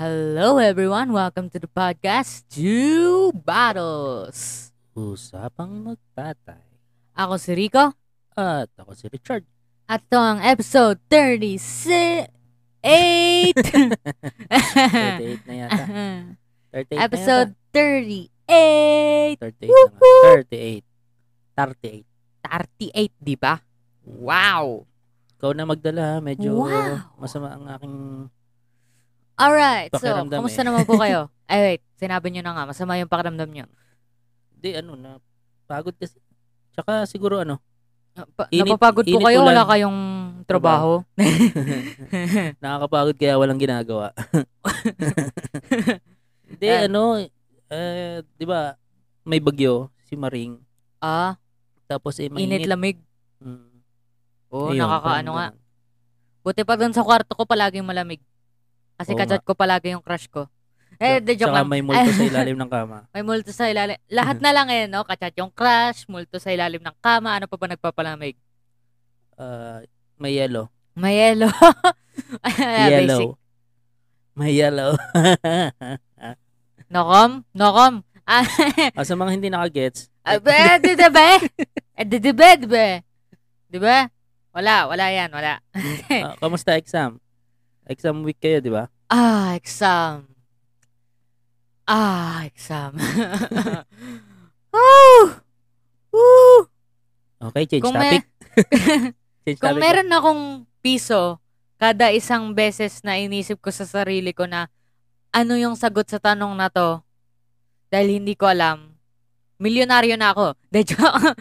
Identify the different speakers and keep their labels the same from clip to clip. Speaker 1: Hello everyone, welcome to the podcast Two Battles.
Speaker 2: Usapang Magtatay.
Speaker 1: Ako si Rico
Speaker 2: At ako si Richard.
Speaker 1: at ito ang episode 36. Eight.
Speaker 2: 38 na yata. 38
Speaker 1: episode
Speaker 2: na
Speaker 1: 38.
Speaker 2: yata. 38 na nga. 38. 38.
Speaker 1: 38, di ba? Wow.
Speaker 2: Ikaw na magdala ha. Medyo
Speaker 1: Wow.
Speaker 2: masama ang aking...
Speaker 1: Alright, so
Speaker 2: Pakiramdam
Speaker 1: kamusta
Speaker 2: eh.
Speaker 1: naman po kayo? Ay wait, sinabi nyo na nga, masama yung pakiramdam nyo.
Speaker 2: Hindi, ano na. Pagod kasi. Tsaka siguro ano,
Speaker 1: Ah, Pa-
Speaker 2: Init-
Speaker 1: napapagod po
Speaker 2: init
Speaker 1: kayo, wala
Speaker 2: ulan.
Speaker 1: kayong trabaho.
Speaker 2: nakakapagod kaya walang ginagawa. Hindi,
Speaker 1: Eh.
Speaker 2: ano, eh, di ba, may bagyo, si Maring.
Speaker 1: ah,
Speaker 2: Tapos eh,
Speaker 1: init
Speaker 2: mainit.
Speaker 1: lamig.
Speaker 2: Mm.
Speaker 1: Oh,
Speaker 2: Ayun,
Speaker 1: nakakaano
Speaker 2: parang
Speaker 1: nga.
Speaker 2: ganun.
Speaker 1: Buti pa dun sa kwarto ko palaging malamig. Kasi
Speaker 2: Oo
Speaker 1: kachat ko palagi yung crush ko. Eh, de joke
Speaker 2: Tsaka
Speaker 1: lang.
Speaker 2: may multo Mm-hmm. sa ilalim ng kama.
Speaker 1: May multo sa ilalim. Lahat na lang eh, no? Kachat yung crush, multo sa ilalim ng kama, ano pa ba nagpapalamig?
Speaker 2: Ah, may yellow.
Speaker 1: May yellow. Ah, Basic.
Speaker 2: yellow. May yellow.
Speaker 1: Nokom? Nokom? Ah,
Speaker 2: Ah, sa mga hindi nakagets,
Speaker 1: Abe, di di Ah, ba? Eh, di di ba? Di ba? Di ba? Wala, wala yan, wala. Eh.
Speaker 2: ah, kamusta exam? Exam week kayo, di ba?
Speaker 1: Ah, exam. Ah, exam. oh! Woo!
Speaker 2: Okay, change
Speaker 1: Kung may-
Speaker 2: topic. change
Speaker 1: Kung
Speaker 2: topic.
Speaker 1: meron akong piso, kada isang beses na inisip ko sa sarili ko na ano yung sagot sa tanong na to dahil hindi ko alam, milyonaryo na ako. De joke.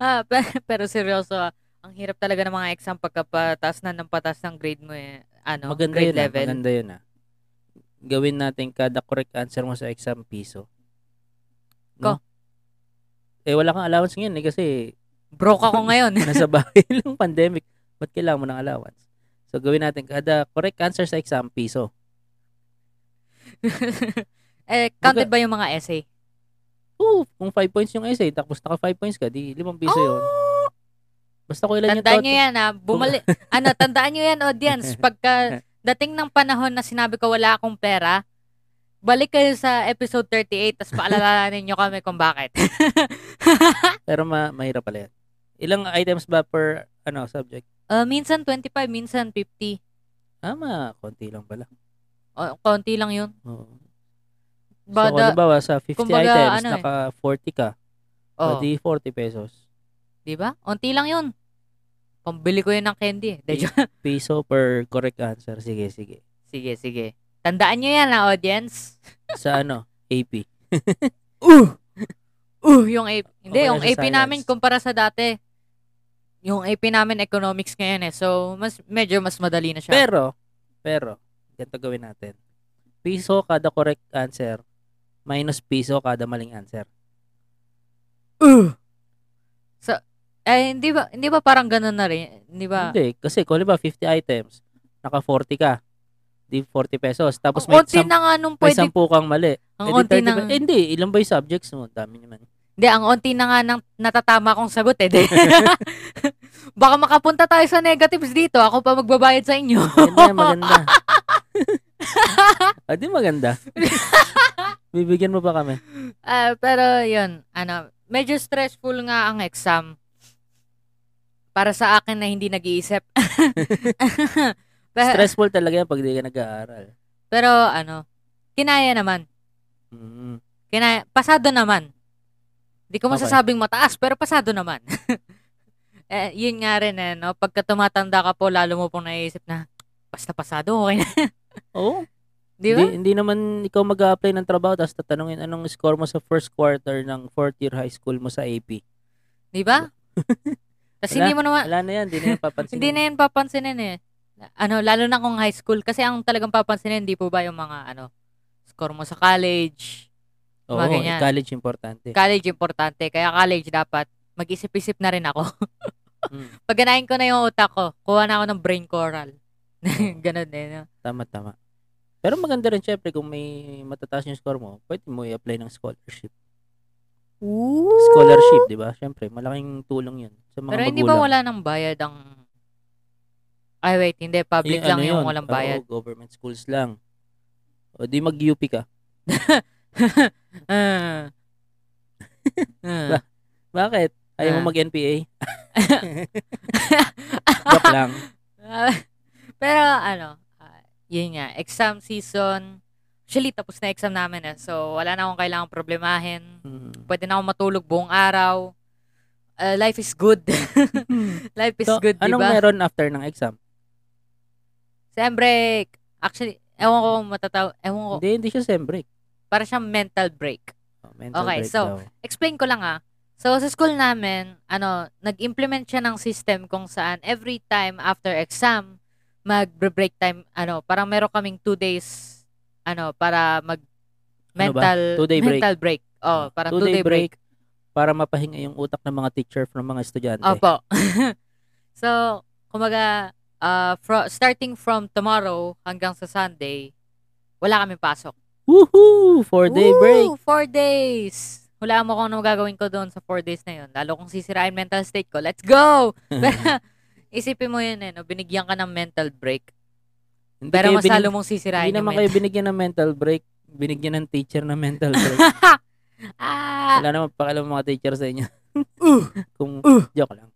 Speaker 1: ah, pero, pero seryoso, ah, ang hirap talaga ng mga exam pagkapatas na ng patas ng grade mo eh. Ano,
Speaker 2: maganda
Speaker 1: grade
Speaker 2: yun, ah,
Speaker 1: level.
Speaker 2: maganda yun ah. Gawin natin kada correct answer mo sa exam piso. No? Eh, wala kang allowance ngayon eh kasi
Speaker 1: Broke ako ngayon.
Speaker 2: nasa bahay lang pandemic. Ba't kailangan mo ng allowance? So, gawin natin kada correct answer sa exam piso.
Speaker 1: eh, counted ba yung mga essay?
Speaker 2: Oo, kung 5 points yung essay, tapos naka 5 points ka, di 5 piso yun.
Speaker 1: Oh!
Speaker 2: Basta ko ilan yung
Speaker 1: Tandaan
Speaker 2: thought.
Speaker 1: nyo yan ha. Bumali, ano, tandaan nyo yan audience. Pagka dating ng panahon na sinabi ko wala akong pera, balik kayo sa episode 38 tapos paalalahanin nyo kami kung bakit.
Speaker 2: Pero ma mahirap pala yan. Ilang items ba per ano subject?
Speaker 1: Uh, minsan 25, minsan 50.
Speaker 2: Tama, konti lang pala.
Speaker 1: O, Oh, konti lang yun.
Speaker 2: Oo. so, kung
Speaker 1: Bada,
Speaker 2: halimbawa sa 50
Speaker 1: kumbaga,
Speaker 2: items,
Speaker 1: ano eh.
Speaker 2: naka 40 ka.
Speaker 1: oh,
Speaker 2: Pwede 40 pesos.
Speaker 1: di ba? Konti lang yun. Pambili ko yun ng candy. eh. De- joke.
Speaker 2: Piso per correct answer. Sige, sige.
Speaker 1: sige, sige. Tandaan nyo yan ha, audience.
Speaker 2: Sa ano? AP.
Speaker 1: Uh! Uh, yung AP. Hindi,
Speaker 2: Okay
Speaker 1: yung
Speaker 2: lang sa
Speaker 1: AP namin
Speaker 2: science.
Speaker 1: kumpara sa dati. Yung AP namin economics ngayon eh. So, mas medyo mas madali na siya.
Speaker 2: Pero, pero, ganito gawin natin. Piso kada correct answer, minus piso kada maling answer.
Speaker 1: uh! So, eh, hindi ba, hindi ba parang ganun na rin? Hindi ba?
Speaker 2: Hindi, kasi kung halimbawa 50 items, naka 40 ka, di 40 pesos. Tapos
Speaker 1: Ang
Speaker 2: may,
Speaker 1: konti
Speaker 2: sam-
Speaker 1: na nga nung
Speaker 2: may
Speaker 1: pwede.
Speaker 2: 10 kang mali.
Speaker 1: ang
Speaker 2: Eh, di
Speaker 1: konti
Speaker 2: 30
Speaker 1: na,
Speaker 2: ba- Eh, hindi, ilan ba yung subjects mo? Ang Dami naman.
Speaker 1: hindi, ang konti na nga nang natatama kong sagot eh. Di- Baka makapunta tayo sa negatives dito. Ako pa magbabayad sa inyo.
Speaker 2: Maganda, yan, maganda. ah, di maganda. Bibigyan mo pa kami.
Speaker 1: Ah, pero yun, ano, medyo stressful nga ang exam. Para sa akin na hindi nag-iisip. pero,
Speaker 2: Stressful talaga yan pag di ka nag-aaral.
Speaker 1: pero ano, kinaya naman.
Speaker 2: Mm.
Speaker 1: Kinaya, pasado naman. Hindi ko
Speaker 2: Okay.
Speaker 1: masasabing mataas, pero pasado naman. eh, yun nga rin, eh, no? pagka tumatanda ka po, lalo mo pong naiisip na, basta pasado, okay na. Oh,
Speaker 2: Oo.
Speaker 1: Di ba?
Speaker 2: Hindi, hindi naman ikaw mag apply ng trabaho tapos tatanungin anong score mo sa first quarter ng fourth year high school mo sa AP.
Speaker 1: Di ba? Tapos hindi mo naman,
Speaker 2: Wala na yan, hindi na yan papansin.
Speaker 1: Hindi na yan papansinin eh. Ano, lalo na kung high school. Kasi ang talagang papansinin, di po ba yung mga, ano, score mo sa college.
Speaker 2: Oo, eh,
Speaker 1: mga ganyan.
Speaker 2: college importante.
Speaker 1: College importante. Kaya college dapat, mag-isip-isip na rin ako.
Speaker 2: Mm.
Speaker 1: Paganahin ko na yung utak ko, kuha na ako ng brain coral. Ganun eh. No?
Speaker 2: Tama, tama. Pero maganda rin syempre kung may matataas yung score mo, pwede mo i-apply ng scholarship.
Speaker 1: Ooh.
Speaker 2: Scholarship, di ba? Siyempre, malaking tulong yun sa mga
Speaker 1: Pero
Speaker 2: magulang.
Speaker 1: hindi ba wala nang bayad ang... Ay, wait, hindi. Public
Speaker 2: Yung
Speaker 1: lang
Speaker 2: ano
Speaker 1: yung
Speaker 2: yun?
Speaker 1: walang bayad.
Speaker 2: Oo, government schools lang. O di mag-UP ka.
Speaker 1: Ah. Ah.
Speaker 2: Oh. Ba- Bakit? Ayaw
Speaker 1: Ah.
Speaker 2: mo mag-NPA? Joke lang.
Speaker 1: Ah, Pero ano, ah, yun nga, exam season. Actually, tapos na exam namin eh. So, wala na akong kailangang problemahin.
Speaker 2: Hmm.
Speaker 1: Pwede na akong matulog buong araw. Ah, life is good. life is
Speaker 2: So,
Speaker 1: Hmm, good, di
Speaker 2: anong
Speaker 1: ba?
Speaker 2: meron after ng exam?
Speaker 1: Sem break. Actually, ewan ko kung matataw... Ewan ko.
Speaker 2: Hindi, hindi siya sem break.
Speaker 1: Para siyang mental break.
Speaker 2: Oh, mental
Speaker 1: Okay,
Speaker 2: break
Speaker 1: so,
Speaker 2: daw.
Speaker 1: explain ko lang ah. So, sa school namin, ano, nag-implement siya ng system kung saan every time after exam, mag-break time, ano, parang meron kaming two days, ano, para mag
Speaker 2: Ano ba?
Speaker 1: mental,
Speaker 2: Two-day break. Ah,
Speaker 1: mental break. Oh, parang two-day break.
Speaker 2: para mapahinga yung utak ng mga teacher from mga estudyante.
Speaker 1: Opo. so, kumaga, ah, fro- starting from tomorrow hanggang sa Sunday, wala kami pasok.
Speaker 2: Woohoo! Four-day
Speaker 1: Woo!
Speaker 2: break.
Speaker 1: Four days! Wala mo kung ano gagawin ko doon sa four days na yun. Lalo kung sisirain mental state ko. Let's go! Pero, isipin mo yun eh, no? binigyan ka ng mental break.
Speaker 2: Hindi
Speaker 1: Pero
Speaker 2: kayo
Speaker 1: mas lalo
Speaker 2: binig-
Speaker 1: mong sisirain yung
Speaker 2: Hindi naman
Speaker 1: mental.
Speaker 2: kayo binigyan ng mental break. Binigyan ng teacher ng mental break.
Speaker 1: ah!
Speaker 2: Wala naman pakialam mga teacher sa inyo.
Speaker 1: Uh!
Speaker 2: Kung
Speaker 1: Uh!
Speaker 2: joke lang.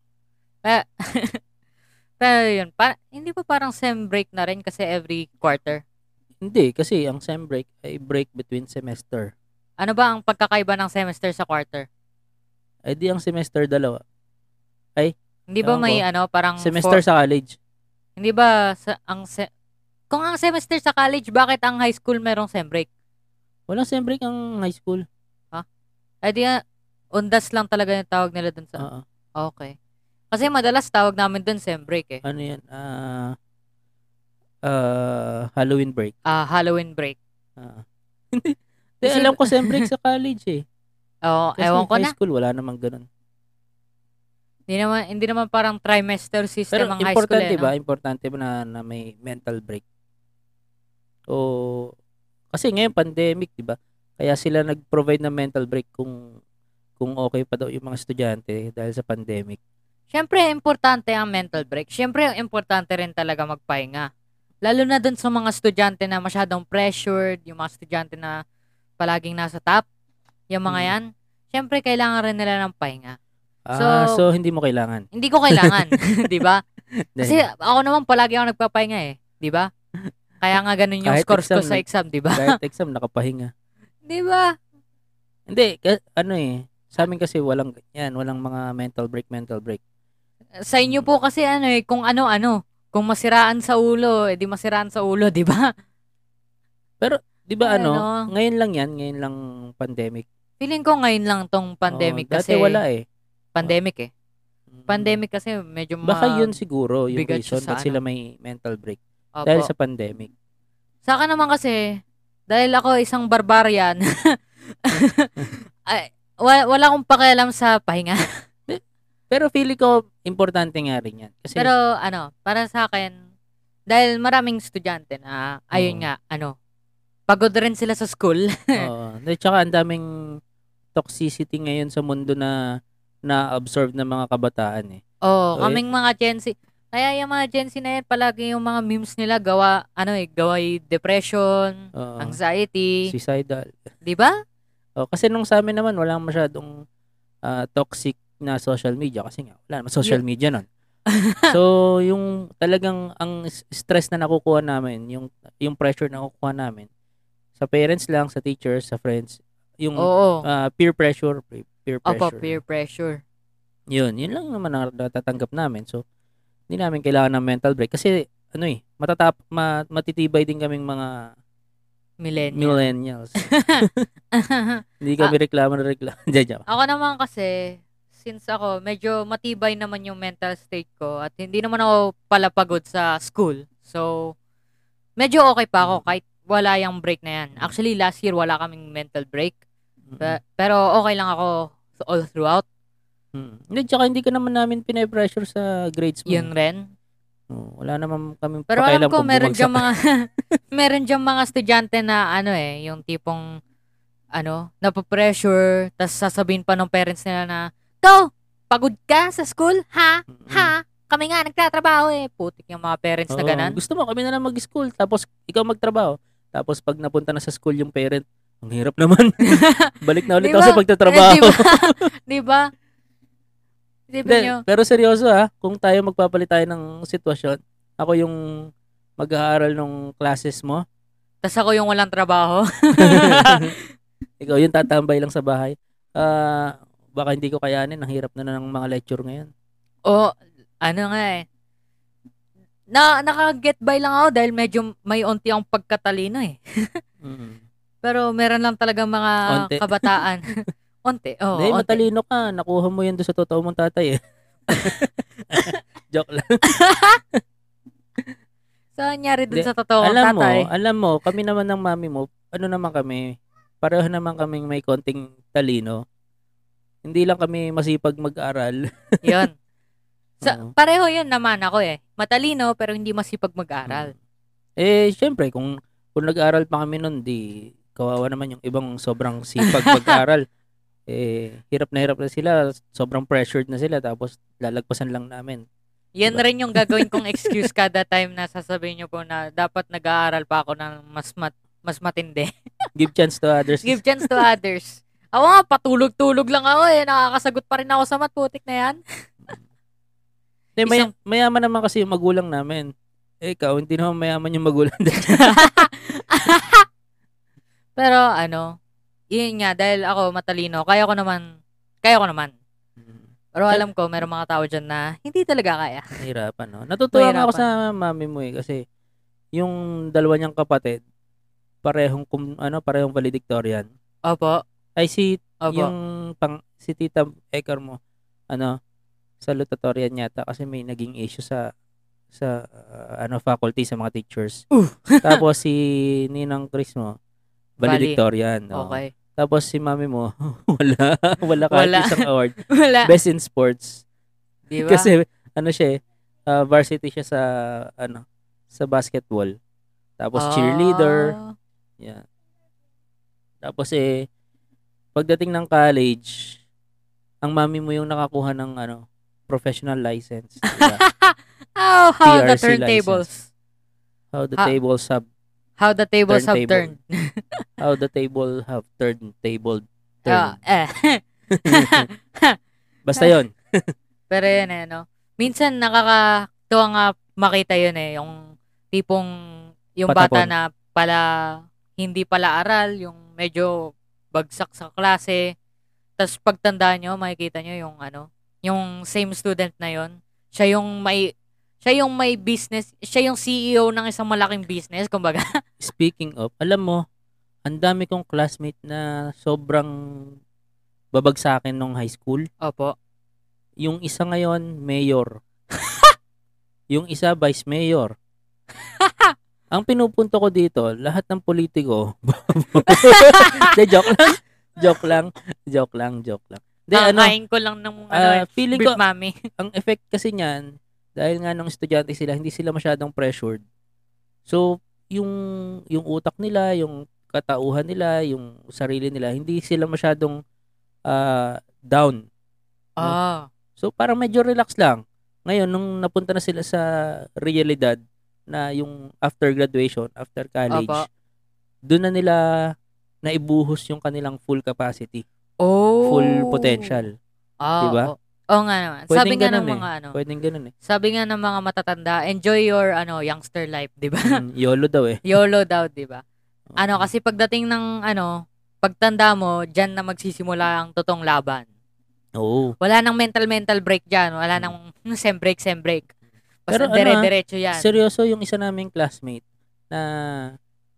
Speaker 1: Pero yun, pa- hindi pa parang sem break na rin kasi every quarter.
Speaker 2: Hindi, kasi ang sem break ay break between semester.
Speaker 1: Ano ba ang pagkakaiba ng semester sa quarter?
Speaker 2: Ay di ang semester dalawa.
Speaker 1: Hindi ba
Speaker 2: Ewan
Speaker 1: may
Speaker 2: ko.
Speaker 1: ano, parang...
Speaker 2: Semester
Speaker 1: four-
Speaker 2: sa college.
Speaker 1: hindi ba sa, ang... Se- kung ang semester sa college, bakit ang high school merong sem break?
Speaker 2: Walang sem break ang high school.
Speaker 1: Ay di, ah, undas lang talaga yung tawag nila dun sa...
Speaker 2: Oo.
Speaker 1: Okay. Kasi madalas tawag namin doon sem break eh.
Speaker 2: ano yan? Ah, ah, Halloween break.
Speaker 1: Ah, Halloween break.
Speaker 2: Ah. Hindi,
Speaker 1: Kasi-
Speaker 2: alam ko sem break sa college eh.
Speaker 1: Oo,
Speaker 2: Kasi
Speaker 1: ewan ko
Speaker 2: high
Speaker 1: na.
Speaker 2: school, wala namang ganun.
Speaker 1: Hindi naman, hindi naman parang trimester system
Speaker 2: Pero
Speaker 1: ang high school
Speaker 2: importante
Speaker 1: eh.
Speaker 2: ba?
Speaker 1: No?
Speaker 2: Importante ba na, na may mental break? O, kasi ngayon pandemic, di ba? Kaya sila nag-provide ng mental break kung kung okay pa daw yung mga estudyante dahil sa pandemic.
Speaker 1: Siyempre, importante ang mental break. Siyempre, importante rin talaga magpahinga. Lalo na doon sa mga estudyante na masyadong pressured, yung mga estudyante na palaging nasa top, yung mga
Speaker 2: Mm.
Speaker 1: yan. Siyempre, kailangan rin nila ng pahinga.
Speaker 2: Ah, so,
Speaker 1: So-
Speaker 2: hindi mo kailangan.
Speaker 1: Hindi ko kailangan, di ba? Kasi
Speaker 2: Dahil-
Speaker 1: ako naman palagi ako nagpapahinga eh, di ba? Kaya nga ganun yung
Speaker 2: Kahit
Speaker 1: scores ko
Speaker 2: exam, eh.
Speaker 1: sa
Speaker 2: nag-
Speaker 1: exam, di ba?
Speaker 2: kahit exam, nakapahinga.
Speaker 1: Di ba?
Speaker 2: Hindi, ka- ano eh, sa amin kasi walang, yan, walang mga mental break, mental break.
Speaker 1: sa
Speaker 2: Mm.
Speaker 1: inyo po kasi ano eh, kung ano-ano. Kung masiraan sa ulo, edi masiraan sa ulo, di ba?
Speaker 2: Di ba ano,
Speaker 1: Ano?
Speaker 2: ngayon lang yan, ngayon lang pandemic.
Speaker 1: Feeling ko ngayon lang tong pandemic
Speaker 2: Oo,
Speaker 1: kasi.
Speaker 2: Oh, Dati wala eh.
Speaker 1: Pandemic eh.
Speaker 2: Mm.
Speaker 1: Pandemic kasi medyo ma...
Speaker 2: Baka yun siguro yung
Speaker 1: bigat siya
Speaker 2: reason
Speaker 1: sa
Speaker 2: ba't sila may mental break.
Speaker 1: Opo.
Speaker 2: Dahil
Speaker 1: sa...
Speaker 2: sa pandemic.
Speaker 1: akin naman kasi, dahil ako isang barbarian, ay, wala, wala akong pakialam sa pahinga.
Speaker 2: Pero feeling ko, importante nga rin yan. Kasi,
Speaker 1: Pero ano, para sa akin, dahil maraming estudyante na, ayun
Speaker 2: Oo.
Speaker 1: nga, ano, pagod rin sila sa school.
Speaker 2: oo. Dahil tsaka ang daming toxicity ngayon sa mundo na na-absorb ng mga kabataan eh.
Speaker 1: Oo,
Speaker 2: Okay.
Speaker 1: Oh, kaming mga Gen Z. Kaya yung mga Gen Z na yan, palagi yung mga memes nila gawa, ano eh, gaway depression,
Speaker 2: Oo.
Speaker 1: anxiety,
Speaker 2: suicidal.
Speaker 1: di ba?
Speaker 2: Oh, kasi nung sa amin naman, walang masyadong ah, toxic na social media kasi nga, wala naman social media nun. so, yung talagang ang s- stress na nakukuha namin, yung yung pressure na nakukuha namin sa parents lang, sa teachers, sa friends, yung
Speaker 1: Oo.
Speaker 2: ah, peer pressure, pe- peer
Speaker 1: Oh. Opo,
Speaker 2: pressure.
Speaker 1: peer pressure.
Speaker 2: Yun, yun lang naman ang natatanggap namin. So, hindi namin kailangan ng mental break kasi ano eh, matatap ma- matitibay din kaming mga
Speaker 1: Millennial.
Speaker 2: millennials. hindi kami
Speaker 1: Ah.
Speaker 2: reklamo na reklamo. Diyan, diyan.
Speaker 1: ako naman kasi, since ako, medyo matibay naman yung mental state ko at hindi naman ako palapagod sa school. So, medyo okay pa ako kahit wala yung break na yan. Actually, last year wala kaming mental break. Pe- Pero okay lang ako all throughout.
Speaker 2: Mm. Hindi, tsaka hindi ka naman namin pinapressure sa grades mo.
Speaker 1: Yun rin.
Speaker 2: Oo, wala naman kaming
Speaker 1: Pero alam
Speaker 2: pakialam
Speaker 1: ko
Speaker 2: kung
Speaker 1: meron
Speaker 2: bumagsak.
Speaker 1: diyang mga meron diyang mga estudyante na ano eh, yung tipong ano, napapressure, tas sasabihin pa ng parents nila na, Go! Pagod ka sa school? Ha?
Speaker 2: Hmm.
Speaker 1: Ha? Kami nga nagtatrabaho eh. Putik yung mga parents na
Speaker 2: Oo.
Speaker 1: ganan.
Speaker 2: Gusto mo kami na lang mag-school tapos ikaw magtrabaho. Tapos pag napunta na sa school yung parent, ang hirap naman. Balik na ulit
Speaker 1: Di
Speaker 2: ako
Speaker 1: ba?
Speaker 2: sa pagtatrabaho.
Speaker 1: Di ba? Di ba? Isipin
Speaker 2: Hindi,
Speaker 1: nyo.
Speaker 2: pero seryoso ha, kung tayo magpapalit tayo ng sitwasyon, ako yung mag-aaral ng classes mo.
Speaker 1: Tas ako yung walang trabaho.
Speaker 2: Ikaw yung tatambay lang sa bahay. Ah, baka hindi ko kayanin, ang hirap na na ng mga lecture ngayon.
Speaker 1: o, ano nga eh. Na, naka-get by lang ako dahil medyo may onti ang pagkatalino eh.
Speaker 2: Mm.
Speaker 1: Pero meron lang talaga mga
Speaker 2: Onti.
Speaker 1: kabataan. onti, oo.
Speaker 2: Hindi,
Speaker 1: onti.
Speaker 2: matalino ka. Nakuha mo yan doon sa totoo mong tatay eh. Joke lang.
Speaker 1: So, nangyari dun
Speaker 2: Hindi.
Speaker 1: sa totoo ang
Speaker 2: alam
Speaker 1: tatay.
Speaker 2: mo, ah. alam mo, kami naman ng mami mo, ano naman kami, pareho naman kaming may konting talino. Hindi lang kami masipag mag-aral.
Speaker 1: Yun. Sa,
Speaker 2: Oo.
Speaker 1: pareho yun naman ako eh. Matalino pero hindi masipag mag-aral.
Speaker 2: Eh, syempre, kung, kung nag-aral pa kami nun, di kawawa naman yung ibang sobrang sipag mag-aral. eh, hirap na hirap na sila. Sobrang pressured na sila. Tapos, lalagpasan lang namin.
Speaker 1: Yan
Speaker 2: Diba?
Speaker 1: rin yung gagawin kong excuse kada time na sasabihin nyo po na dapat nag-aaral pa ako ng mas mat, mas matindi.
Speaker 2: Give chance to others.
Speaker 1: Give chance to others. Ako nga, patulog-tulog lang ako eh. Nakakasagot pa rin ako sa mat. Putik na yan.
Speaker 2: Hindi, may,
Speaker 1: isang-
Speaker 2: mayaman naman kasi yung magulang namin. Eh, ikaw, hindi naman mayaman yung magulang.
Speaker 1: Pero ano, yun nga, dahil ako matalino, kaya ko naman, kaya ko naman. Pero alam ko, meron mga tao dyan na hindi talaga kaya.
Speaker 2: Nahirapan, no? Natutuwa nga ako
Speaker 1: Nahirapan.
Speaker 2: sa mami mo eh, kasi yung dalawa niyang kapatid, parehong, kum, ano, parehong valedictorian.
Speaker 1: Opo,
Speaker 2: Ay, si,
Speaker 1: opo.
Speaker 2: yung, pang, si tita Ekar mo, ano, salutatorian yata kasi may naging issue sa, sa, uh, ano, faculty, sa mga teachers. Tapos si Ninang Chris mo,
Speaker 1: Vali.
Speaker 2: valedictorian. no?
Speaker 1: okay.
Speaker 2: Tapos si mami mo, wala, wala kahit
Speaker 1: Wala.
Speaker 2: isang award.
Speaker 1: Wala.
Speaker 2: Best in sports.
Speaker 1: Di ba?
Speaker 2: Kasi ano siya eh, ah, varsity siya sa ano, sa basketball. Tapos cheerleader.
Speaker 1: Ah.
Speaker 2: Yeah. Tapos eh pagdating ng college, ang mami mo yung nakakuha ng ano, professional license. diba?
Speaker 1: Oh, how the
Speaker 2: PRC
Speaker 1: turntables.
Speaker 2: How the
Speaker 1: Ah.
Speaker 2: tables have
Speaker 1: How the tables have
Speaker 2: Turntable.
Speaker 1: turned.
Speaker 2: how the table have turned table
Speaker 1: Ah,
Speaker 2: turned.
Speaker 1: eh.
Speaker 2: Basta 'yon.
Speaker 1: Pero yun eh, no? Minsan nakakatuwa nga makita yun eh, yung tipong yung bata
Speaker 2: Patapon.
Speaker 1: na pala hindi pala aral, yung medyo bagsak sa klase. Tapos pagtanda nyo, makikita nyo yung ano, yung same student na yon siya yung may siya yung may business, siya yung CEO ng isang malaking business, kumbaga.
Speaker 2: Speaking of, alam mo, ang dami kong classmate na sobrang babagsakin nung high school.
Speaker 1: Opo.
Speaker 2: Yung isa ngayon, mayor. yung isa, vice mayor. Ang pinupunto ko dito, lahat ng politiko. De, joke lang. Joke lang. Joke lang, joke lang. Hindi, ano,
Speaker 1: Kakain ko lang ng Ah, ano,
Speaker 2: ah,
Speaker 1: eh,
Speaker 2: feeling
Speaker 1: beef
Speaker 2: ko,
Speaker 1: mami.
Speaker 2: ang effect kasi niyan, dahil nga nung estudyante sila, hindi sila masyadong pressured. So, yung, yung utak nila, yung katauhan nila, yung sarili nila, hindi sila masyadong ah, down no?
Speaker 1: Ah.
Speaker 2: So parang medyo relax lang. Ngayon nung napunta na sila sa realidad na yung after graduation, after college,
Speaker 1: Opo.
Speaker 2: doon na nila naibuhos yung kanilang full capacity,
Speaker 1: Oh.
Speaker 2: full potential.
Speaker 1: Ah,
Speaker 2: Diba?
Speaker 1: Oo Oo nga naman.
Speaker 2: Pwedeng
Speaker 1: sabi nga ng
Speaker 2: ganun eh.
Speaker 1: mga ano,
Speaker 2: Pwedeng ganun eh.
Speaker 1: sabi nga ng mga matatanda, enjoy your ano youngster life, 'di ba?
Speaker 2: Mm, YOLO daw eh.
Speaker 1: YOLO daw, 'di ba? Ano kasi pagdating ng ano, pagtanda mo, diyan na magsisimula ang totoong laban.
Speaker 2: Oo.
Speaker 1: Wala nang mental mental break diyan, wala
Speaker 2: Mm.
Speaker 1: nang hmm, sem break, sem break. Basta
Speaker 2: Pero ano ah,
Speaker 1: dire-diretso 'yan.
Speaker 2: Seryoso yung isa naming classmate na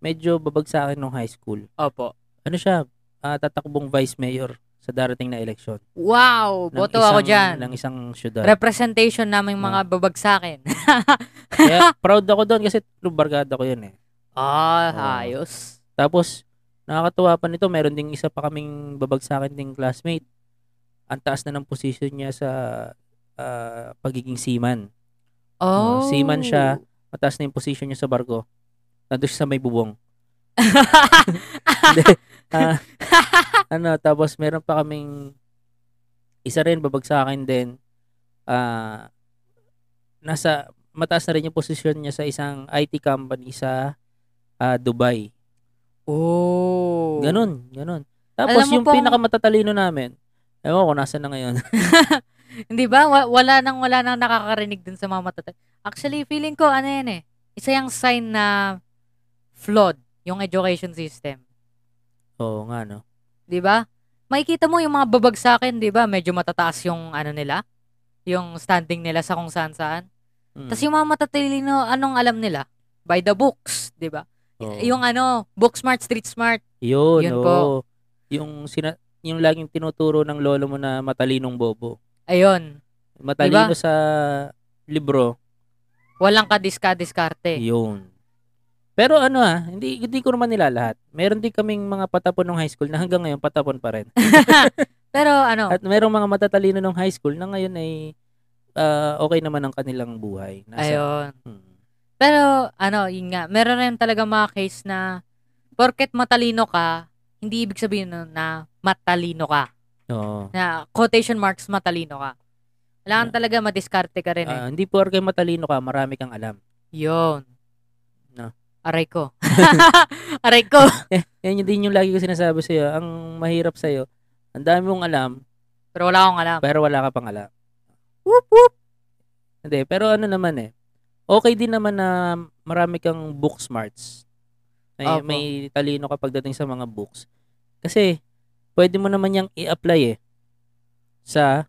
Speaker 2: medyo babagsakin nung high school.
Speaker 1: Opo.
Speaker 2: Ano siya? Ah, tatakbong vice mayor sa darating na eleksyon.
Speaker 1: Wow,
Speaker 2: ng
Speaker 1: boto ako
Speaker 2: isang-
Speaker 1: diyan.
Speaker 2: Ng isang Hmm. syudad.
Speaker 1: Representation namin mga babagsakin.
Speaker 2: Kaya proud ako doon kasi barkada ko yun eh. Oo. Oh.
Speaker 1: Ah, ayos.
Speaker 2: Tapos, nakakatuwa pa nito, meron ding isa pa kaming babagsakin ding classmate. Ang taas na ng position niya sa ah, pagiging seaman.
Speaker 1: Oh.
Speaker 2: Oo, seaman siya. Mataas na yung position niya sa barko. Nandun siya sa may bubong. Hindi. Ah, ano, tapos meron pa kaming isa rin babagsakin din. Ah, nasa mataas na rin yung posisyon niya sa isang IT company sa ah, Dubai.
Speaker 1: Oh.
Speaker 2: Ganon, ganon.
Speaker 1: Alam
Speaker 2: Tapos
Speaker 1: mo
Speaker 2: yung
Speaker 1: pong-
Speaker 2: pinakamatatalino namin, ewan ko nasa na ngayon.
Speaker 1: Hindi ba? Wa- Wala nang wala nang nakakarinig dun sa mga matatag. Actually, feeling ko, ano yan eh, isa yung sign na flawed yung education system.
Speaker 2: Oo nga, no?
Speaker 1: Di ba? Makikita mo yung mga babagsakin, di ba? Medyo matataas yung ano nila, yung standing nila sa kung saan saan.
Speaker 2: Mm.
Speaker 1: Tapos yung mga matatalino, anong alam nila? By the books, di ba?
Speaker 2: Oo.
Speaker 1: Y- Yung ano, book smart, street smart.
Speaker 2: Yun,
Speaker 1: Yun
Speaker 2: oo.
Speaker 1: po.
Speaker 2: Yung, sina- yung laging tinuturo ng lolo mo na matalinong bobo.
Speaker 1: Ayun.
Speaker 2: Matalino sa libro,
Speaker 1: Walang kadiska-diskarte.
Speaker 2: yun. Pero ano ah, hindi, hindi ko naman nila lahat. Meron din kaming mga patapon ng high school na hanggang ngayon patapon pa rin.
Speaker 1: Pero ano,
Speaker 2: At merong mga matatalino ng high school na ngayon ay ah, okay naman ang kanilang buhay. Nasa,
Speaker 1: ayun.
Speaker 2: Hmm.
Speaker 1: Pero, ano, yun nga, meron rin talaga mga case na porket matalino ka, hindi ibig sabihin na, na matalino ka.
Speaker 2: Oo.
Speaker 1: Na quotation marks matalino ka. Kailangan
Speaker 2: Na-
Speaker 1: talaga madiskarte ka rin eh.
Speaker 2: Ah, hindi po kay matalino ka, marami kang alam.
Speaker 1: Yun.
Speaker 2: Na.
Speaker 1: Aray ko. Aray ko.
Speaker 2: Yan yung din yung lagi ko sinasabi sa'yo. Ang mahirap sa'yo, ang dami mong alam,
Speaker 1: Pero wala akong alam.
Speaker 2: pero wala ka pang alam.
Speaker 1: Whoop, whoop.
Speaker 2: Hindi, pero ano naman eh. Okay din naman na marami kang book smarts. May,
Speaker 1: Opo.
Speaker 2: may talino ka pagdating sa mga books. Kasi, pwede mo naman yung i-apply eh sa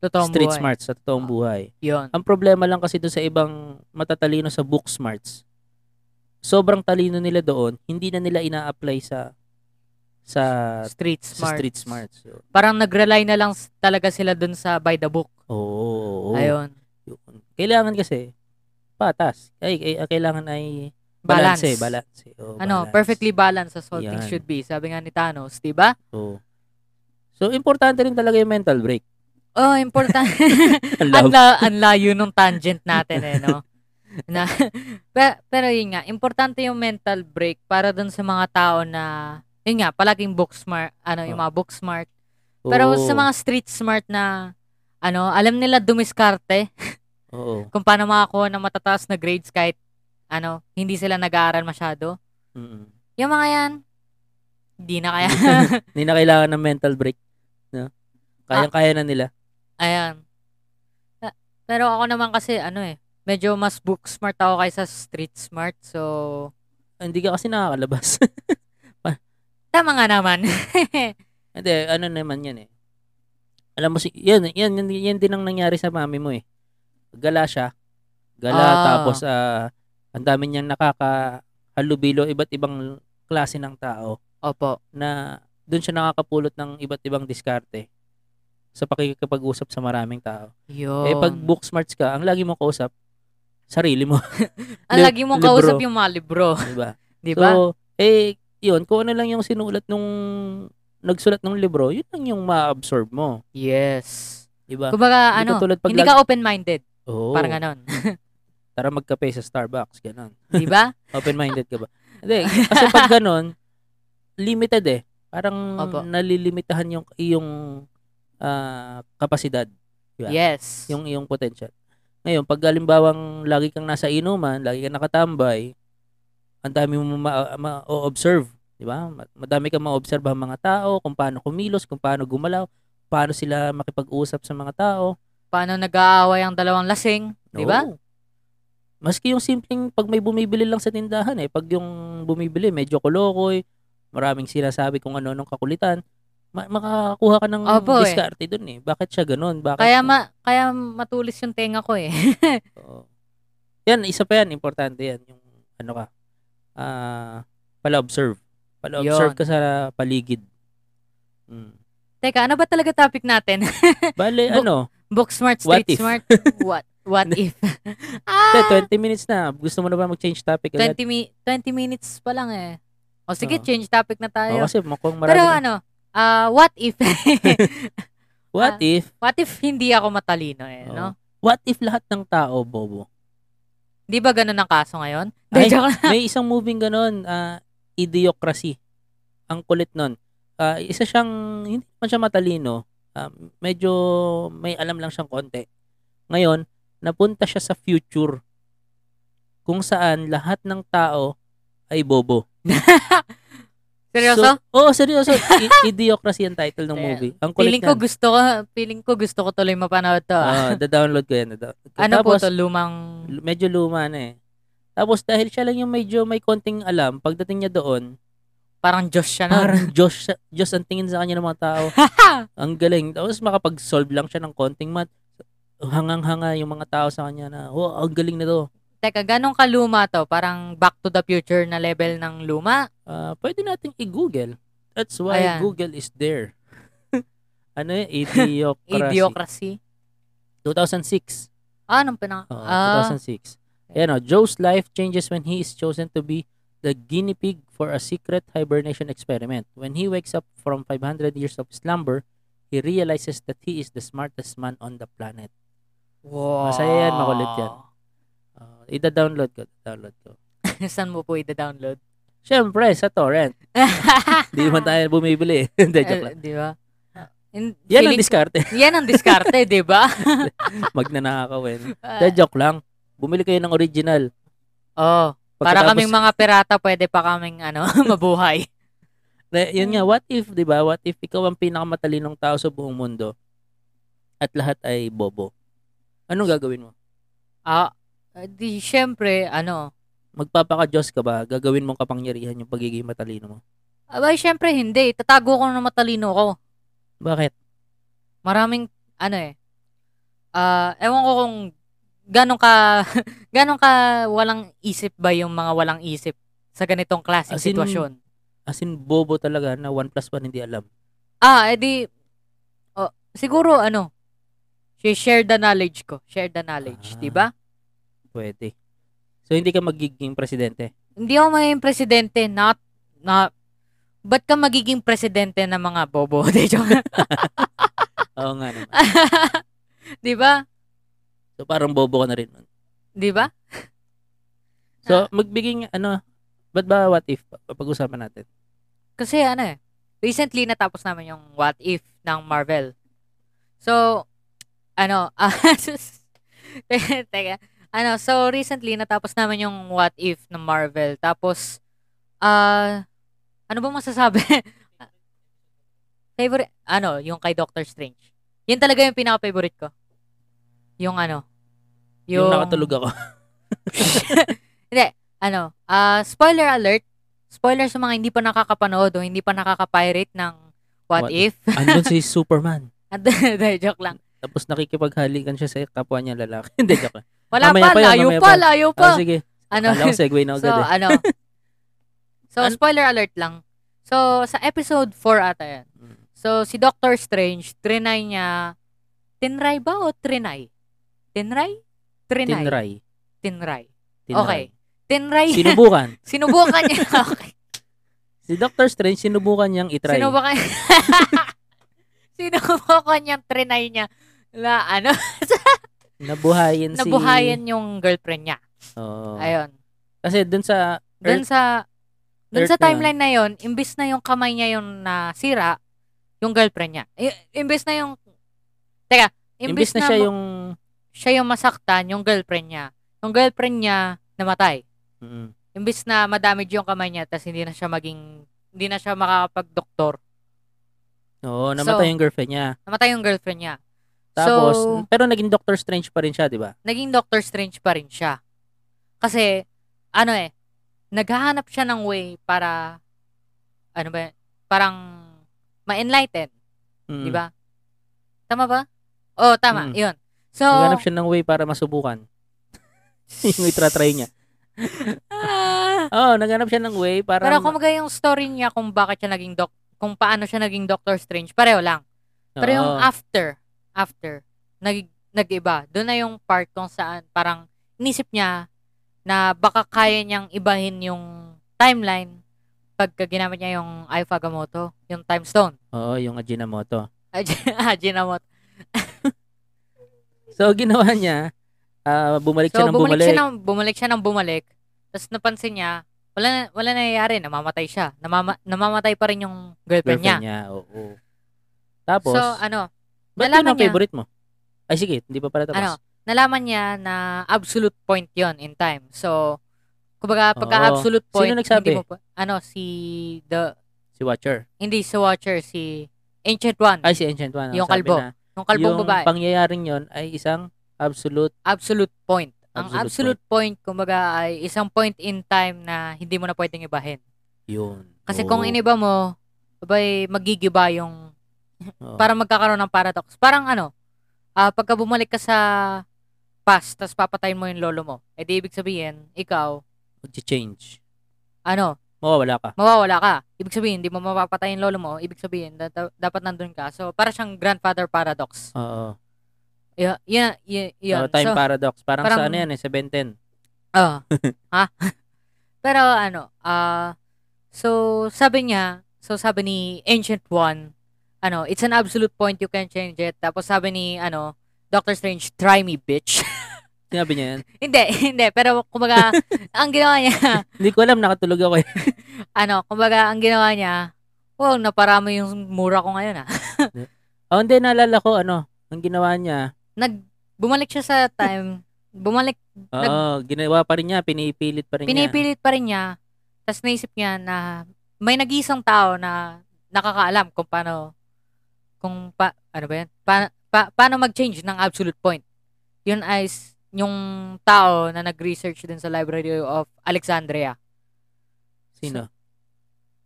Speaker 1: Totoong
Speaker 2: street
Speaker 1: buhay.
Speaker 2: smarts, sa totoong
Speaker 1: Ah.
Speaker 2: buhay.
Speaker 1: Yun.
Speaker 2: Ang problema lang kasi doon sa ibang matatalino sa book smarts, sobrang talino nila doon, hindi na nila ina-apply sa sa,
Speaker 1: Street
Speaker 2: sa
Speaker 1: smart.
Speaker 2: street smarts. Yun.
Speaker 1: Parang nag-rely na lang s- talaga sila dun sa by the book.
Speaker 2: Oo. oo, oo.
Speaker 1: Ayun.
Speaker 2: Yun. Kailangan kasi patas. Ay, ay, ah, kailangan ay
Speaker 1: Balance.
Speaker 2: balance, eh, balance. eh. Oo,
Speaker 1: Ano,
Speaker 2: balance.
Speaker 1: perfectly balanced as all things
Speaker 2: Yan.
Speaker 1: should be. Sabi nga ni Thanos, di ba?
Speaker 2: Oo. So importante rin talaga yung mental break.
Speaker 1: Oh, important. ang,
Speaker 2: Ang labo.
Speaker 1: la- ang layo nung tangent natin eh, no? na, pero, pero yun nga, importante yung mental break para dun sa mga tao na, yun nga, palaging book smart, ano, yung
Speaker 2: Oh.
Speaker 1: mga book smart. Pero
Speaker 2: Oo,
Speaker 1: sa mga street smart na, ano, alam nila dumiskarte
Speaker 2: Oo.
Speaker 1: kung paano makakuha ng matataas na grades kahit, ano, hindi sila nag-aaral masyado.
Speaker 2: Mm-mm.
Speaker 1: Yung mga yan, hindi na kaya.
Speaker 2: Hindi na kailangan ng mental break. No? Kayang-kaya na nila.
Speaker 1: Ayan. Ah, Pero ako naman kasi, ano eh, medyo mas book smart ako kaysa street smart. So,
Speaker 2: Ah, Hindi ka kasi nakakalabas.
Speaker 1: Tama nga naman.
Speaker 2: Hindi, ano naman yan eh. Alam mo, si, yan, yan, yan, yan din ang nangyari sa mami mo eh. Gala siya. Gala,
Speaker 1: Ah.
Speaker 2: tapos ah, ang dami niyang nakakahalubilo iba't ibang klase ng tao
Speaker 1: Opo.
Speaker 2: na doon siya nakakapulot ng iba't ibang diskarte sa pakikipag-usap sa maraming tao.
Speaker 1: Yun.
Speaker 2: Eh pag book smarts ka, ang lagi mo kausap, sarili mo,
Speaker 1: Ang Ah,
Speaker 2: li-
Speaker 1: lagi mong kausap
Speaker 2: libro.
Speaker 1: yung mga libro.
Speaker 2: di ba?
Speaker 1: Di ba?
Speaker 2: So, eh, yun, kung ano lang yung sinulat nung nagsulat ng libro, yun lang yung ma-absorb mo.
Speaker 1: yes.
Speaker 2: Di ba?
Speaker 1: Kumbaga,
Speaker 2: ah, Hindi
Speaker 1: ano,
Speaker 2: katulad pag
Speaker 1: hindi
Speaker 2: lag-
Speaker 1: ka open-minded.
Speaker 2: Oo.
Speaker 1: Parang ganon.
Speaker 2: Tara magkape sa Starbucks, ganun.
Speaker 1: Di ba?
Speaker 2: Open-minded ka ba? Hindi, kasi pag ganun, limited eh. Parang
Speaker 1: Opo.
Speaker 2: nalilimitahan yung iyong ah, kapasidad, Yeah.
Speaker 1: Yes.
Speaker 2: yung iyong potential. Ngayon, pag halimbawang lagi kang nasa inuman, lagi kang nakatambay, ang dami mo ma- ma- ma-observe, di ba? Ma- Madami kang ma-observe ang mga tao, kung paano kumilos, kung paano gumalaw, paano sila makipag-usap sa mga tao.
Speaker 1: Paano nag-aaway ang dalawang lasing? Di ba?
Speaker 2: Oo. Maski yung simpleng pag may bumibili lang sa tindahan eh, pag yung bumibili medyo kolokoy, maraming sinasabi kung ano nung kakulitan, ma- makakakuha ka ng
Speaker 1: Opo, eh.
Speaker 2: diskarte dun eh. Bakit siya ganun? Bakit?
Speaker 1: Kaya ma kaya matulis yung tenga ko eh.
Speaker 2: Oo. Yan, isa pa yan, importante yan, yung ano ka, ah, pala-observe. Pala-observe
Speaker 1: Yun.
Speaker 2: ka sa paligid. Mm.
Speaker 1: Teka, ano ba talaga topic natin?
Speaker 2: Bale,
Speaker 1: Bu-
Speaker 2: ano,
Speaker 1: Book smart,
Speaker 2: What
Speaker 1: street
Speaker 2: if?
Speaker 1: smart. What what if?
Speaker 2: te,
Speaker 1: ah!
Speaker 2: 20 minutes na. Gusto mo na ba mag-change topic? agad?
Speaker 1: 20, mi- 20 minutes pa lang eh. O sige,
Speaker 2: Oo.
Speaker 1: change topic na
Speaker 2: Oo,
Speaker 1: tayo.
Speaker 2: Ah. Oh, kasi mukhang marami.
Speaker 1: Pero
Speaker 2: na-
Speaker 1: ano, ah what if?
Speaker 2: What if,
Speaker 1: what if hindi ako matalino eh,
Speaker 2: Oo.
Speaker 1: no?
Speaker 2: what if lahat ng tao, bobo?
Speaker 1: Di ba ganun ang kaso ngayon?
Speaker 2: Oh.
Speaker 1: Ay,
Speaker 2: Ay,
Speaker 1: joke lang.
Speaker 2: May isang moving ganon, ah, Idiocracy. ang kulit nun. Ah, isa siyang, hindi man siya matalino. Ah, medyo may alam lang siyang konti. Ngayon, napunta siya sa future kung saan lahat ng tao ay bobo.
Speaker 1: Seryoso?
Speaker 2: So, oo, seryoso. I- Idiocracy ang title ng
Speaker 1: Ayan.
Speaker 2: movie. Ang kulit
Speaker 1: feeling ko
Speaker 2: niyan.
Speaker 1: gusto ko, feeling ko gusto ko tuloy mapanood to. ah.
Speaker 2: Ah, da-download ko yan. da-download ko.
Speaker 1: ano
Speaker 2: Ah, Tapos,
Speaker 1: po to, lumang...
Speaker 2: l- medyo luma na eh. Tapos dahil siya lang yung medyo may konting alam, pagdating niya doon,
Speaker 1: Parang Josh siya nun.
Speaker 2: parang Diyos, siya- Diyos ang tingin sa kanya ng mga tao. ang galing. Tapos makapag-solve lang siya ng konting math. Hangang-hanga yung mga tao sa kanya na, oh, ang galing na to.
Speaker 1: Teka, ganong kaluma to? Parang back to the future na level ng luma?
Speaker 2: Ah, pwede nating i-Google. That's why
Speaker 1: Ayan.
Speaker 2: Google is there. ano yun? Idiocracy.
Speaker 1: Idiocracy?
Speaker 2: 2006.
Speaker 1: Ah, anong pinang...
Speaker 2: Oo,
Speaker 1: ah,
Speaker 2: 2006. Ayan o, Joe's life changes when he is chosen to be the guinea pig for a secret hibernation experiment. When he wakes up from 500 years of slumber, he realizes that he is the smartest man on the planet.
Speaker 1: wow.
Speaker 2: Masaya yan, makulit yan. Uh, ida-download ko, download ko.
Speaker 1: Saan mo po ida-download?
Speaker 2: Siyempre, sa torrent.
Speaker 1: Ah.
Speaker 2: Hindi man tayo bumibili. Hindi, joke
Speaker 1: Eh,
Speaker 2: lang.
Speaker 1: Di ba? In-
Speaker 2: Yan ang
Speaker 1: Eh, feeling-
Speaker 2: diskarte.
Speaker 1: yan ang diskarte, di ba?
Speaker 2: Magnanakakawin.
Speaker 1: Ah.
Speaker 2: Hindi, joke lang. Bumili kayo ng original.
Speaker 1: oh, para
Speaker 2: Pagkatapos-
Speaker 1: kaming mga pirata, pwede pa kaming ano, mabuhay.
Speaker 2: Na, yun
Speaker 1: Hmm.
Speaker 2: nga, what if, di ba? What if ikaw ang pinakamatalinong tao sa buong mundo at lahat ay bobo? Anong gagawin mo?
Speaker 1: Ah, eh, di syempre, ano,
Speaker 2: Magpapaka-Diyos ka ba? Gagawin mong kapangyarihan yung pagiging matalino mo?
Speaker 1: abay syempre hindi, tatago ko na matalino ko.
Speaker 2: Bakit?
Speaker 1: Maraming ano eh. Ah, ewan ko kung ganong ka ganong ka walang isip ba yung mga walang isip sa ganitong klaseng
Speaker 2: As in-
Speaker 1: sitwasyon.
Speaker 2: As in, bobo talaga na 1 plus 1 hindi alam.
Speaker 1: Ah, edi oh, siguro ano, share the knowledge ko, share the knowledge,
Speaker 2: Ah.
Speaker 1: 'di ba?
Speaker 2: Pwede. So, hindi ka magiging presidente.
Speaker 1: Hindi ako magiging presidente, not na Ba't ka magiging presidente ng mga bobo? Di, joke.
Speaker 2: Oo nga naman.
Speaker 1: Di ba?
Speaker 2: So, parang bobo ka na rin. nun.
Speaker 1: Di ba? Ah.
Speaker 2: So, magbiging, ano, ba't ba what if? Pag-usapan natin.
Speaker 1: Kasi ano eh, recently natapos naman yung What If ng Marvel. So, ano, ah, sus- Te- teka. Ano, so recently natapos naman yung What If ng Marvel. Tapos, ah, ano ba masasabi? favorite, ano, yung kay Doctor Strange. Yun talaga yung pinaka-favorite ko. Yung ano,
Speaker 2: Yung, nakatulog ako.
Speaker 1: hindi, ano, ah, spoiler alert, spoiler sa mga hindi pa nakakapanood o hindi pa nakakapirate ng What,
Speaker 2: What
Speaker 1: If.
Speaker 2: Andun si Superman.
Speaker 1: At- Hindi, joke lang.
Speaker 2: Tapos nakikipaghalikan siya sa kapwa niya lalaki. Hindi, joke lang.
Speaker 1: Wala
Speaker 2: Mamaya
Speaker 1: pa,
Speaker 2: pa yun,
Speaker 1: layo
Speaker 2: mamaya
Speaker 1: pa,
Speaker 2: pa.
Speaker 1: layo pa.
Speaker 2: Ah, sige.
Speaker 1: ano,
Speaker 2: Kala ko segue na
Speaker 1: so,
Speaker 2: agad eh.
Speaker 1: ano, so
Speaker 2: An-
Speaker 1: spoiler alert lang. So, sa episode 4 ata yan.
Speaker 2: Mm.
Speaker 1: So, si Doctor Strange, trinay niya, tinray ba o trinay? Tinray? Trinay. Tinray.
Speaker 2: Tinray.
Speaker 1: Tinray.
Speaker 2: Tinray.
Speaker 1: Okay. Tinray.
Speaker 2: Sinubukan.
Speaker 1: Sinubukan niya. Okay.
Speaker 2: Si Doctor Strange, sinubukan niyang itry.
Speaker 1: Sino ba kaya? Sino ba kanyang trinay niya na ano,
Speaker 2: Nabuhayin si...
Speaker 1: nabuhayan yung girlfriend niya.
Speaker 2: Oo.
Speaker 1: Ayun.
Speaker 2: Kasi dun sa...
Speaker 1: Doon sa doon
Speaker 2: Earth
Speaker 1: sa
Speaker 2: na yun.
Speaker 1: timeline na yon, imbis na yung kamay niya yung nasira, yung girlfriend niya. I- imbis na yung Teka, imbis,
Speaker 2: Imbis na siya
Speaker 1: ma-
Speaker 2: yung...
Speaker 1: siya yung masaktan, yung girlfriend niya. Yung girlfriend niya namatay.
Speaker 2: Mm.
Speaker 1: Imbis na madamage yung kamay niya tapos hindi na siya maging hindi na siya makakapag-doktor.
Speaker 2: Oo,
Speaker 1: So,
Speaker 2: namatay yung girlfriend niya.
Speaker 1: Namatay yung girlfriend niya.
Speaker 2: Tapos,
Speaker 1: so,
Speaker 2: pero naging Doctor Strange pa rin siya, di ba?
Speaker 1: naging Doctor Strange pa rin siya. Kasi, ano eh, naghahanap siya ng way para, ano ba, yun? parang ma-enlighten,
Speaker 2: Mm.
Speaker 1: di ba? Tama ba? Oo, tama,
Speaker 2: Mm.
Speaker 1: yun. So,
Speaker 2: Naghanap siya ng way para masubukan. yung itratry niya.
Speaker 1: Ah,
Speaker 2: Oo, naghanap siya ng way para...
Speaker 1: pero kumaga yung story niya kung bakit siya naging doc kung paano siya naging Doctor Strange, pareho lang.
Speaker 2: Oo.
Speaker 1: Pero yung after, after, nag, nag-iba. Doon na yung part kung saan parang inisip niya na baka kaya niyang ibahin yung timeline pagka ginamit niya yung Aifagamoto, yung time stone.
Speaker 2: Oo, yung Ajinomoto.
Speaker 1: Aj- Ajinomoto.
Speaker 2: So, ginawa niya, ah, bumalik
Speaker 1: So,
Speaker 2: siya ng
Speaker 1: bumalik,
Speaker 2: bumalik.
Speaker 1: siya ng, bumalik siya ng bumalik. Tapos napansin niya, wala na, wala nangyayari, namamatay siya. Namama, namamatay pa rin yung girlfriend, niya.
Speaker 2: Girlfriend niya. Oo. Tapos,
Speaker 1: So, ano,
Speaker 2: ba't yun
Speaker 1: nalaman
Speaker 2: ang
Speaker 1: niya-
Speaker 2: favorite mo? Ay, sige, hindi pa pala tapos.
Speaker 1: Ano? nalaman niya na absolute point yon in time. So, kumbaga,
Speaker 2: Oo.
Speaker 1: pagka absolute
Speaker 2: Sino
Speaker 1: point,
Speaker 2: nagsabi?
Speaker 1: hindi mo pa- ano, si the,
Speaker 2: Si Watcher.
Speaker 1: hindi si Watcher, si Ancient One.
Speaker 2: Ay, si Ancient One. ang
Speaker 1: Yung
Speaker 2: sabi
Speaker 1: kalbo.
Speaker 2: Na,
Speaker 1: yung kalbong
Speaker 2: yung
Speaker 1: babae.
Speaker 2: pangyayaring yon ay isang absolute
Speaker 1: absolute point. Ang
Speaker 2: Absolute
Speaker 1: absolute point. kumbaga, ay isang point in time na hindi mo na pwedeng ibahin.
Speaker 2: yun.
Speaker 1: Kasi
Speaker 2: Oo.
Speaker 1: kung iniba mo, abay, magigiba yung,
Speaker 2: Oo.
Speaker 1: para magkakaroon ng paradox. Parang ano, ah, pagka bumalik ka sa past, tas papatayin mo yung lolo mo, eh di ibig sabihin, ikaw,
Speaker 2: Mag-change.
Speaker 1: ano,
Speaker 2: Mawawala ka.
Speaker 1: mawawala ka. Ibig sabihin, hindi mo mapapatay yung lolo mo. Ibig sabihin, da- da- dapat nandun ka. So, para siyang grandfather paradox.
Speaker 2: Oo.
Speaker 1: Yeah, yeah, yeah, yun.
Speaker 2: Oh, time
Speaker 1: so,
Speaker 2: paradox. Parang,
Speaker 1: parang-
Speaker 2: sa ano yan eh, sa Ben 10.
Speaker 1: Oo. ha? Pero ano, ah so sabi niya, so sabi ni Ancient One, ano, it's an absolute point, you can change it. Tapos sabi ni, ano, Doctor Strange, try me, bitch.
Speaker 2: Sinabi niya yan.
Speaker 1: hindi, hindi. Pero, kumbaga, ang ginawa niya,
Speaker 2: hindi ko alam, nakatulog ako eh.
Speaker 1: ano, kumbaga, ang ginawa niya, wow, naparami yung mura ko ngayon, ah.
Speaker 2: Oh, hindi, naalala ko, ano, ang ginawa niya.
Speaker 1: Nag, bumalik siya sa time, bumalik,
Speaker 2: Oo,
Speaker 1: Nag-
Speaker 2: ginawa pa rin niya, pinipilit pa rin niya.
Speaker 1: pinipilit pa rin niya. Tapos naisip niya na may nag-iisang tao na nakakaalam kung paano kung pa ano ba 'yan? Pa, pa- paano mag-change ng absolute point. 'Yun ay s- yung tao na nag-research din sa Library of Alexandria.
Speaker 2: Sino?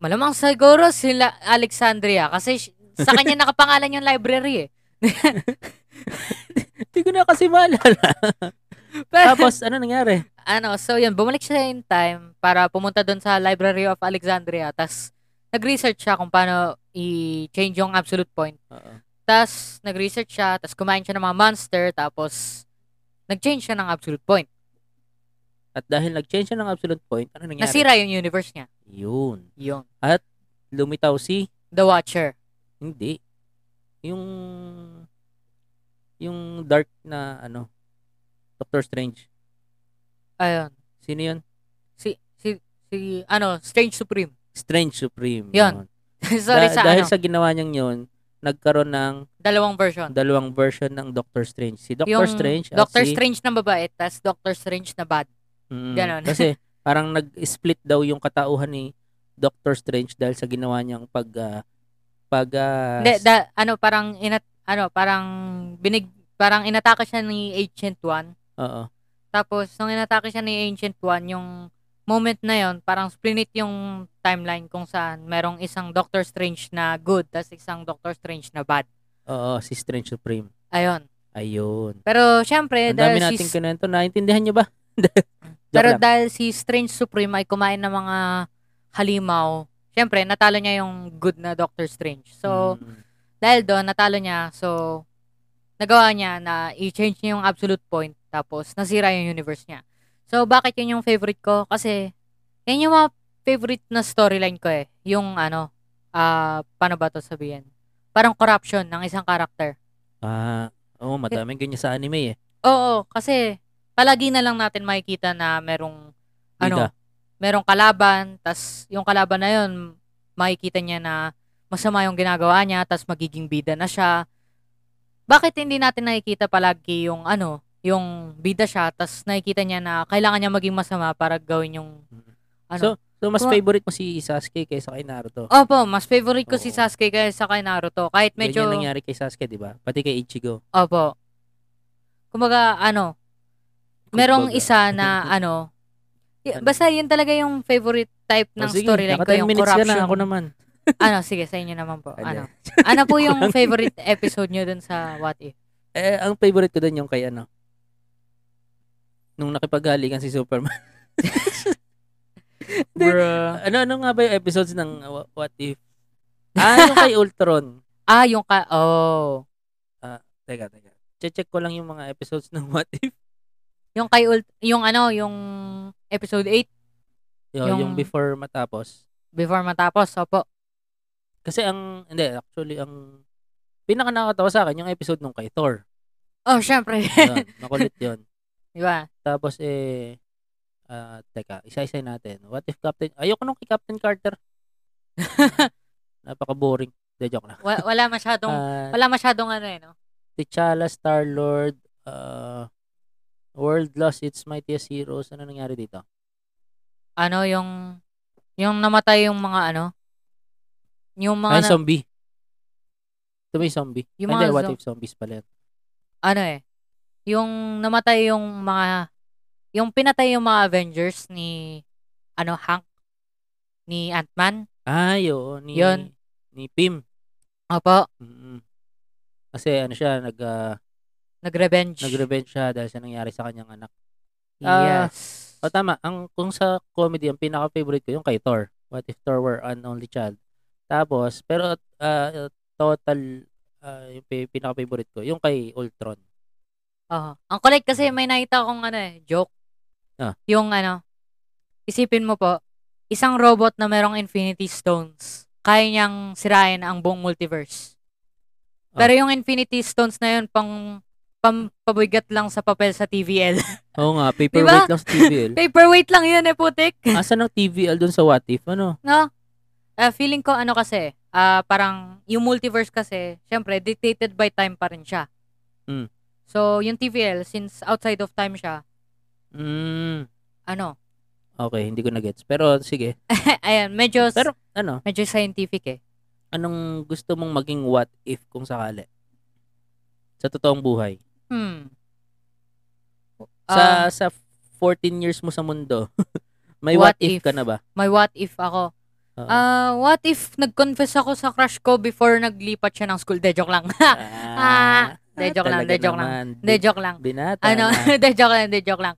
Speaker 1: Malamang siguro sila Alexandria kasi sh- sa kanya nakapangalan yung library eh.
Speaker 2: Hindi ko na kasi maalala.
Speaker 1: Pero,
Speaker 2: Tapos, ano nangyari?
Speaker 1: ano, so yun, bumalik siya in time para pumunta doon sa Library of Alexandria. Tapos, nag-research siya kung paano i-change yung absolute point.
Speaker 2: Oo.
Speaker 1: Tapos, nag-research siya, tapos kumain siya ng mga monster, tapos, nag-change siya ng absolute point.
Speaker 2: At dahil nag-change siya ng absolute point, ano nangyari?
Speaker 1: Nasira yung universe niya.
Speaker 2: Yun.
Speaker 1: Yun.
Speaker 2: Lumitaw si,
Speaker 1: The Watcher.
Speaker 2: hindi. Yung, yung dark na, ano, Doctor Strange.
Speaker 1: Ayun.
Speaker 2: Sino yun?
Speaker 1: Si, si, si, ano, Strange Supreme.
Speaker 2: Strange Supreme.
Speaker 1: Yun. Sorry
Speaker 2: Da-
Speaker 1: sa,
Speaker 2: dahil
Speaker 1: ano,
Speaker 2: sa ginawa niyang yun, nagkaroon ng
Speaker 1: dalawang version.
Speaker 2: dalawang version ng Doctor Strange. Si Doctor
Speaker 1: Yung
Speaker 2: Strange at
Speaker 1: Doctor
Speaker 2: si...
Speaker 1: Strange na babae, tapos Doctor Strange na bad.
Speaker 2: Mm,
Speaker 1: Ganon.
Speaker 2: kasi parang nag-split daw yung katauhan ni Doctor Strange dahil sa ginawa niyang pag ah, pag ah,
Speaker 1: Hindi, da, ano, parang, inat, ano, parang, binig, parang inatake siya ni Ancient One.
Speaker 2: oo.
Speaker 1: Tapos, nung inatake siya ni Ancient One, yung moment na yon parang splinit yung timeline kung saan merong isang Doctor Strange na good, tapos isang Doctor Strange na bad.
Speaker 2: Oo, si Strange Supreme.
Speaker 1: Ayun.
Speaker 2: Ayun.
Speaker 1: Pero, syempre,
Speaker 2: Ang dami
Speaker 1: dahil si,
Speaker 2: nating kinento. Naintindihan niyo ba? Joke
Speaker 1: pero
Speaker 2: lang.
Speaker 1: dahil si Strange Supreme ay kumain ng mga halimaw, syempre, natalo niya yung good na Doctor Strange. So,
Speaker 2: Mm.
Speaker 1: dahil doon, natalo niya. So, nagawa niya na i-change niya yung absolute point. Tapos, nasira yung universe niya. So, bakit yun yung favorite ko? Kasi, yan yung mga favorite na storyline ko eh. Yung ano, ah, paano ba to sabihin? Parang corruption ng isang karakter.
Speaker 2: Ah, oo, madaming ganyan sa anime eh.
Speaker 1: Oo, kasi palagi na lang natin makikita na merong ano,
Speaker 2: Bida.
Speaker 1: merong kalaban, tas yung kalaban na yun, makikita niya na masama yung ginagawa niya, tas magiging bida na siya. Bakit hindi natin nakikita palagi yung ano, yung bida siya, tas nakikita niya na kailangan niya maging masama para gawin yung ano.
Speaker 2: Mm. So, mas
Speaker 1: Kung-
Speaker 2: favorite mo si Sasuke kaysa kay Naruto.
Speaker 1: Opo, mas favorite ko si
Speaker 2: Oo.
Speaker 1: Sasuke kaysa kay Naruto. Kahit medyo,
Speaker 2: Ganyan nangyari kay Sasuke, di ba? Pati kay Ichigo.
Speaker 1: opo. Kumbaga, ano, merong
Speaker 2: Kumbaga.
Speaker 1: isa na ano, y-
Speaker 2: Ano?
Speaker 1: basta yun talaga yung favorite type
Speaker 2: Oh,
Speaker 1: ng
Speaker 2: sige,
Speaker 1: storyline
Speaker 2: naka
Speaker 1: ko,
Speaker 2: 10
Speaker 1: yung
Speaker 2: minutes
Speaker 1: corruption.
Speaker 2: Ka na, ako naman.
Speaker 1: ano, sige, sa inyo naman po.
Speaker 2: Ano?
Speaker 1: Ano? Ano po yung favorite episode nyo dun sa What If?
Speaker 2: Eh, ang favorite ko doon yung kay ano. Nung nakipaghalikan si Superman. Hindi.
Speaker 1: Bruh.
Speaker 2: ano, ano nga ba yung episodes ng uh, What If? Ah, yung kay Ultron.
Speaker 1: Ah, yung ka... Oh.
Speaker 2: Teka, teka. Check ko lang yung mga episodes ng What If.
Speaker 1: Yung kay Ult... Yung ano, yung episode 8
Speaker 2: Yo, yung,
Speaker 1: Yung-
Speaker 2: before matapos.
Speaker 1: before matapos. Opo.
Speaker 2: Kasi ang, hindi, actually, ang pinaka nakakatawa sa akin, yung episode nung kay Thor. Diba?
Speaker 1: Oh, syempre. Diba?
Speaker 2: Yun, makulit yun.
Speaker 1: Di ba?
Speaker 2: Tapos, eh, ah, ah, teka, isa-isa natin. What if Captain, ayoko nung kay Captain Carter. Napaka-boring. De, joke lang.
Speaker 1: Wa- wala masyadong,
Speaker 2: Ah,
Speaker 1: wala masyadong ano eh, no?
Speaker 2: T'Challa, Star-Lord, uh, World lost its mightiest heroes. Ano nangyari dito?
Speaker 1: Ano, yung, yung namatay yung mga ano, yung mga,
Speaker 2: Ay,
Speaker 1: na-
Speaker 2: zombie. Ito may zombie.
Speaker 1: Yung
Speaker 2: Hindi,
Speaker 1: mga
Speaker 2: what
Speaker 1: zo-
Speaker 2: if zombies pala yan.
Speaker 1: ano eh, yung namatay yung mga, yung pinatay yung mga Avengers ni, ano, Hank, ni Ant-Man.
Speaker 2: Ay, oo. Ni,
Speaker 1: Yun.
Speaker 2: Ni Pim.
Speaker 1: Opo,
Speaker 2: Mm-mm. Kasi ano siya, nag, ah,
Speaker 1: nag-revenge.
Speaker 2: nag-revenge siya dahil sa nangyari sa kanyang anak. Ah,
Speaker 1: yes.
Speaker 2: O tama, ang kung sa comedy, ang pinaka-favorite ko yung kay Thor. What if Thor were an only child? Tapos, pero ah, total ah, yung pi- pinaka-favorite ko, yung kay Ultron.
Speaker 1: Oo. oh. Ang kulit kasi may nakita akong ano eh, joke.
Speaker 2: Ah.
Speaker 1: Yung ano, isipin mo po, isang robot na merong infinity stones, kaya niyang sirain ang buong multiverse.
Speaker 2: Ah.
Speaker 1: Pero yung infinity stones na yun, pang pampabigat lang sa papel sa TVL.
Speaker 2: Oo nga, paperweight lang sa TVL.
Speaker 1: Paperweight lang yun eh, putik.
Speaker 2: Asan ang TVL dun sa What If? Ano?
Speaker 1: No? Ah, feeling ko ano kasi, ah parang yung multiverse kasi, syempre, dictated by time pa rin siya.
Speaker 2: Mm.
Speaker 1: So, yung TVL, since outside of time siya,
Speaker 2: Mm,
Speaker 1: ano,
Speaker 2: okay, hindi ko na-gets. Pero sige.
Speaker 1: Ayan, medyo,
Speaker 2: Pero ano,
Speaker 1: medyo scientific eh.
Speaker 2: anong gusto mong maging What If kung sakali? Sa totoong buhay.
Speaker 1: Hmm. Ah,
Speaker 2: Sa sa 14 years mo sa mundo, may
Speaker 1: What
Speaker 2: What, if,
Speaker 1: if?
Speaker 2: ka na ba?
Speaker 1: may what if ako.
Speaker 2: Oo.
Speaker 1: Ah, what if nag-confess ako sa crush ko before naglipat siya ng school? De joke lang. De ah, de joke lang, de joke lang. joke lang.
Speaker 2: Binata.
Speaker 1: Ano,
Speaker 2: na.
Speaker 1: de joke lang, de joke lang.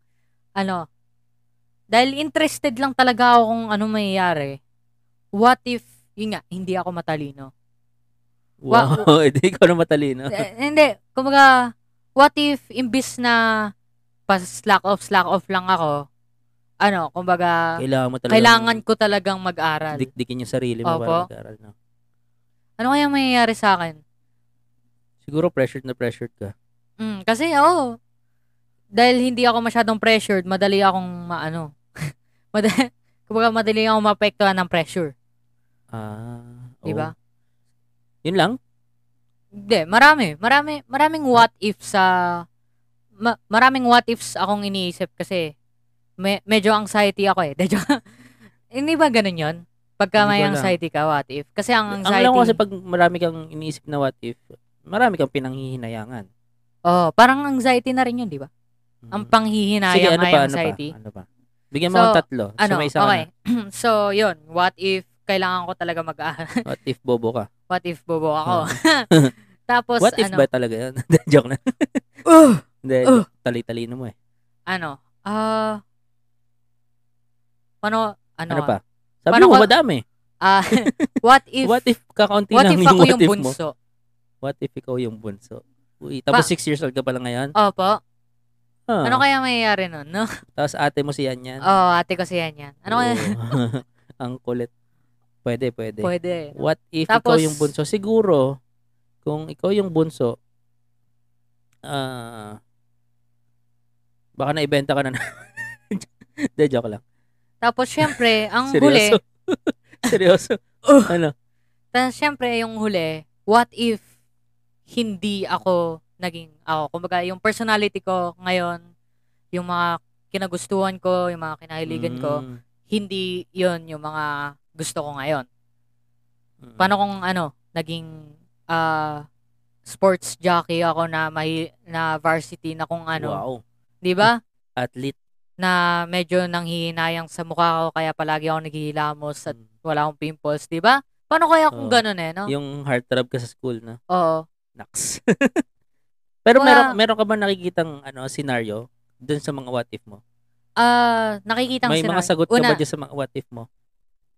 Speaker 1: Ano? Dahil interested lang talaga ako kung ano mangyayari. What if, yun nga, hindi ako matalino.
Speaker 2: wow, hindi ko na matalino.
Speaker 1: Eh, hindi, kumbaga, what if imbis na pa-slack off, slack off lang ako, ano, kumbaga,
Speaker 2: Kailangan mo talaga.
Speaker 1: kailangan ko talagang mag-aral.
Speaker 2: Dikdikin yung sarili mo
Speaker 1: Opo.
Speaker 2: para mag-aral. No?
Speaker 1: Ano kaya mangyayari sa akin?
Speaker 2: Siguro pressured na pressured ka.
Speaker 1: Mm, kasi, oo. dahil hindi ako masyadong pressured, madali akong maano. madali, kumbaga, madali akong maapektuhan ng pressure.
Speaker 2: Ah,
Speaker 1: Di
Speaker 2: oo.
Speaker 1: ba?
Speaker 2: Yun lang?
Speaker 1: Hindi, marami. Marami, maraming what if sa... ma- maraming what ifs akong iniisip kasi me- medyo anxiety ako eh. Medyo, hindi ba ganun yon Pagka
Speaker 2: Hindi
Speaker 1: may
Speaker 2: ko alam.
Speaker 1: anxiety ka, what if? Kasi ang
Speaker 2: Ang
Speaker 1: anxiety...
Speaker 2: alam ko kasi pag marami kang iniisip na what if, marami kang pinanghihinayangan.
Speaker 1: oh, parang anxiety na rin yun, di ba?
Speaker 2: Mm.
Speaker 1: Ang panghihinayang
Speaker 2: Sige, ano
Speaker 1: ay
Speaker 2: pa, ano pa,
Speaker 1: anxiety.
Speaker 2: ano pa? Bigyan mo
Speaker 1: So,
Speaker 2: akong tatlo. So,
Speaker 1: Ano,
Speaker 2: may isa ka
Speaker 1: okay. so, yun. What if kailangan ko talaga mag ah,
Speaker 2: na. What if bobo ka?
Speaker 1: What if bobo ako? Tapos,
Speaker 2: Hmm. What if
Speaker 1: ano, Uh.
Speaker 2: ba talaga yun? Hindi, joke na.
Speaker 1: Ugh!
Speaker 2: Hindi,
Speaker 1: Ugh!
Speaker 2: joke. tali-talino mo eh.
Speaker 1: ano, ah, ano, ano,
Speaker 2: Ano pa? Sabi
Speaker 1: Paano
Speaker 2: mo,
Speaker 1: ka-
Speaker 2: madami.
Speaker 1: Ah, what if,
Speaker 2: What if kakaunti
Speaker 1: what
Speaker 2: lang
Speaker 1: if
Speaker 2: yung
Speaker 1: ako
Speaker 2: what
Speaker 1: yung
Speaker 2: if mo?
Speaker 1: bunso?
Speaker 2: What if ikaw yung bunso? Uy, tapos
Speaker 1: Pa-
Speaker 2: 6 years old ka pala ngayon?
Speaker 1: Opo.
Speaker 2: Ah. Huh.
Speaker 1: Ano kaya mangyayari nun, no?
Speaker 2: Tapos ate mo si Yan Yan.
Speaker 1: Oh, ate ko si yan yan. Ano kaya?
Speaker 2: Oo. Ang kulit. Pwede, pwede.
Speaker 1: Pwede.
Speaker 2: Oh, What if ikaw
Speaker 1: Tapos-
Speaker 2: yung bunso? Siguro, kung ikaw yung bunso, ah, baka naibenta ka na na. Hindi, joke lang.
Speaker 1: Tapos, syempre, ang huli,
Speaker 2: Seryoso. Seryoso.
Speaker 1: Ugh.
Speaker 2: ano?
Speaker 1: tapos, syempre, yung huli, what if hindi ako naging ako? Kumbaga, yung personality ko ngayon, yung mga kinagustuhan ko, yung mga kinahiligan ko,
Speaker 2: Mm,
Speaker 1: hindi yon yung mga gusto ko ngayon.
Speaker 2: mm.
Speaker 1: Paano kung ano, naging ah, sports jockey ako na may na varsity na kung ano,
Speaker 2: Wow.
Speaker 1: 'di ba?
Speaker 2: Athlete.
Speaker 1: Na medyo nanghihinayang sa mukha ko kaya palagi ako naghihilamos at
Speaker 2: Mm.
Speaker 1: wala akong pimples, 'di ba? Paano kaya kung
Speaker 2: Oo.
Speaker 1: ganun eh, no?
Speaker 2: Yung heartthrob ka sa school, no?
Speaker 1: Oo.
Speaker 2: Naks. Pero
Speaker 1: Mga-
Speaker 2: meron, meron ka ba nakikitang ano, scenario dun sa mga what if mo?
Speaker 1: Ah, nakikita
Speaker 2: May mga sagot ka
Speaker 1: una,
Speaker 2: ba dyan sa mga what if mo?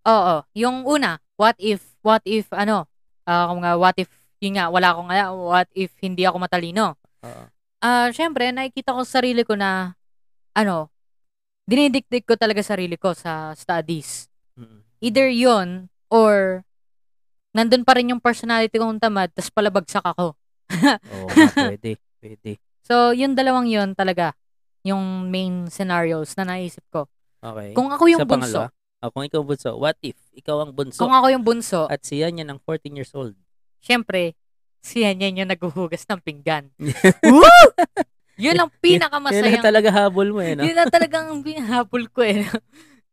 Speaker 1: Oo, yung una, what if what if ano? Ah, kung nga what if yun nga wala akong nga, what if hindi ako matalino?
Speaker 2: Oo.
Speaker 1: ah, syempre, nakikita ko sa sarili ko na, ano, dinidikdik ko talaga sarili ko sa studies.
Speaker 2: Mm.
Speaker 1: Either yon or nandun pa rin yung personality kong tamad, tas palabagsak ako.
Speaker 2: Oo, nga, pwede. Pwede.
Speaker 1: So, yung dalawang yon talaga, yung main scenarios na naisip ko.
Speaker 2: Okay.
Speaker 1: Kung ako yung
Speaker 2: Sa
Speaker 1: bunso,
Speaker 2: pangalawa, ah, kung ikaw bunso, what if ikaw ang bunso
Speaker 1: kung ako yung bunso,
Speaker 2: at siya niya ng 14 years old?
Speaker 1: syempre, siya niyan yung naghuhugas ng pinggan. Woo! Yun ang
Speaker 2: Kaya na
Speaker 1: pinakamasayang,
Speaker 2: talaga habol mo eh, no?
Speaker 1: yun na talagang pinahapol ko eh.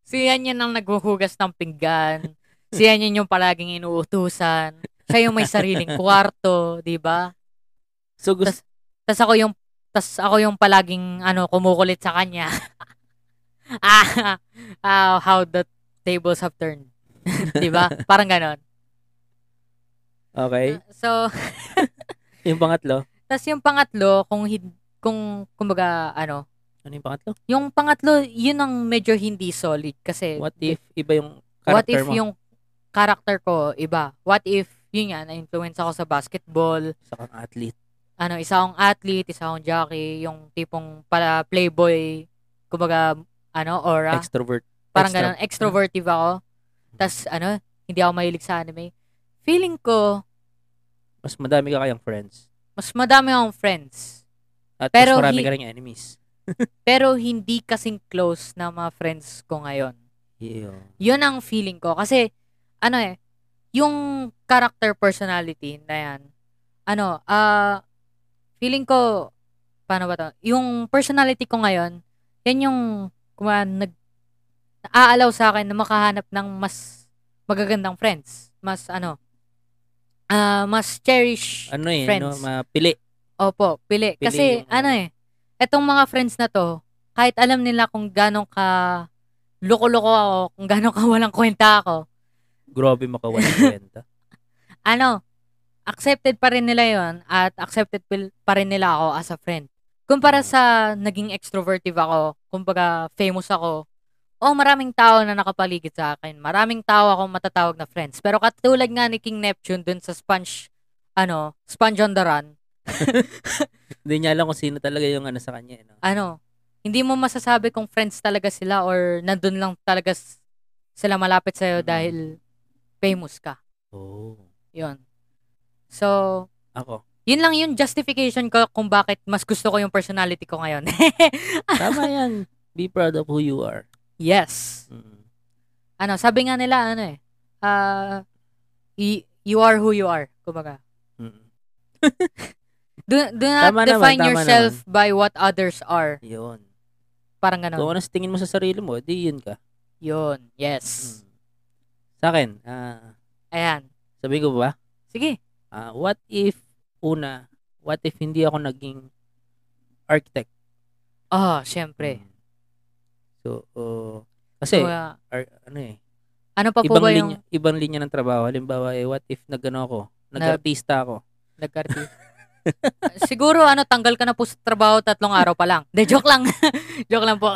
Speaker 1: Siya niyan ang naghuhugas ng pinggan. Siya niyan yung palaging inuutusan. Siya yung may sariling kwarto, di ba?
Speaker 2: So gusto,
Speaker 1: Tas ako yung tas ako yung palaging ano kumukulit sa kanya. ah, ah, how the tables have turned. 'Di ba? Parang ganon.
Speaker 2: okay.
Speaker 1: So, Ah.
Speaker 2: Yung pangatlo?
Speaker 1: tas yung pangatlo kung hin- kung kumbaga ano,
Speaker 2: Ano yung pangatlo?
Speaker 1: yung pangatlo yun ang medyo hindi solid kasi
Speaker 2: What if iba yung character
Speaker 1: what if
Speaker 2: mo?
Speaker 1: yung character ko iba? What if yun nga, na-influence ako sa basketball,
Speaker 2: Isa kang athlete.
Speaker 1: ano, isa akong athlete, isa akong jockey, yung tipong para playboy, kumbaga, ano, aura.
Speaker 2: Extrovert.
Speaker 1: Parang
Speaker 2: Extra-
Speaker 1: ganun, extrovertive ako. Tapos, ano, hindi ako mahilig sa anime. Feeling ko,
Speaker 2: Mas madami ka kayang friends.
Speaker 1: mas madami akong friends.
Speaker 2: At
Speaker 1: Pero
Speaker 2: mas
Speaker 1: hi-
Speaker 2: marami ka rin enemies.
Speaker 1: Pero hindi kasing close na mga friends ko ngayon.
Speaker 2: Yeah.
Speaker 1: Yun ang feeling ko. Kasi, ano eh, yung character personality na yan, ano, ah, feeling ko, paano ba to? Yung personality ko ngayon, yan yung, kuma, nag, naaalaw sa akin na makahanap ng mas magagandang friends. Mas, ano, ah, mas cherish
Speaker 2: Ano eh,
Speaker 1: friends.
Speaker 2: no? mapili.
Speaker 1: Opo, pili.
Speaker 2: Pili
Speaker 1: Kasi
Speaker 2: yung-
Speaker 1: ano eh, etong mga friends na to, kahit alam nila kung gano'ng ka loko-loko ako, kung gano'ng ka walang kwenta ako,
Speaker 2: Grabe makawalan kwenta.
Speaker 1: ano, accepted pa rin nila yon at accepted pil- pa rin nila ako as a friend. Kumpara sa naging extrovertive ako, kumbaga famous ako, oh maraming tao na nakapaligid sa akin. Maraming tao akong matatawag na friends. Pero katulad nga ni King Neptune dun sa Sponge, ano, Sponge on the Run,
Speaker 2: Hindi niya alam kung sino talaga yung ano sa kanya. eh, No?
Speaker 1: ano, hindi mo masasabi kung friends talaga sila or nandun lang talaga s- sila malapit sa'yo
Speaker 2: Mm.
Speaker 1: dahil famous ka.
Speaker 2: Oh.
Speaker 1: Yun. So,
Speaker 2: Ako.
Speaker 1: yun lang yung justification ko kung bakit mas gusto ko yung personality ko ngayon.
Speaker 2: Tama yan. Be proud of who you are.
Speaker 1: yes.
Speaker 2: Mm.
Speaker 1: Ano, sabi nga nila, ano eh, ah, y- you are who you are. Kumbaga.
Speaker 2: Mm.
Speaker 1: Do, do not
Speaker 2: Tama naman,
Speaker 1: define
Speaker 2: tama
Speaker 1: yourself by what others are.
Speaker 2: Yun.
Speaker 1: Parang
Speaker 2: Kung
Speaker 1: ganun.
Speaker 2: ano sa tingin mo sa sarili mo, di yun ka.
Speaker 1: Yun. Yes.
Speaker 2: Mm. Sa akin, ah,
Speaker 1: Ayan.
Speaker 2: sabi ko ba,
Speaker 1: Sige.
Speaker 2: ah, what if, una, what if hindi ako naging architect?
Speaker 1: Oh, syempre.
Speaker 2: Mm. So, oh, kasi,
Speaker 1: Kumbaga,
Speaker 2: ar- ano eh,
Speaker 1: ano pa ah, po
Speaker 2: ibang
Speaker 1: ba yung...
Speaker 2: linya, ibang linya ng trabaho. Halimbawa, eh, what if nagano ako, nag-artista ako.
Speaker 1: Nagkarti. Siguro ano, tanggal ka na po sa trabaho tatlong araw pa lang. De, joke lang. joke lang po.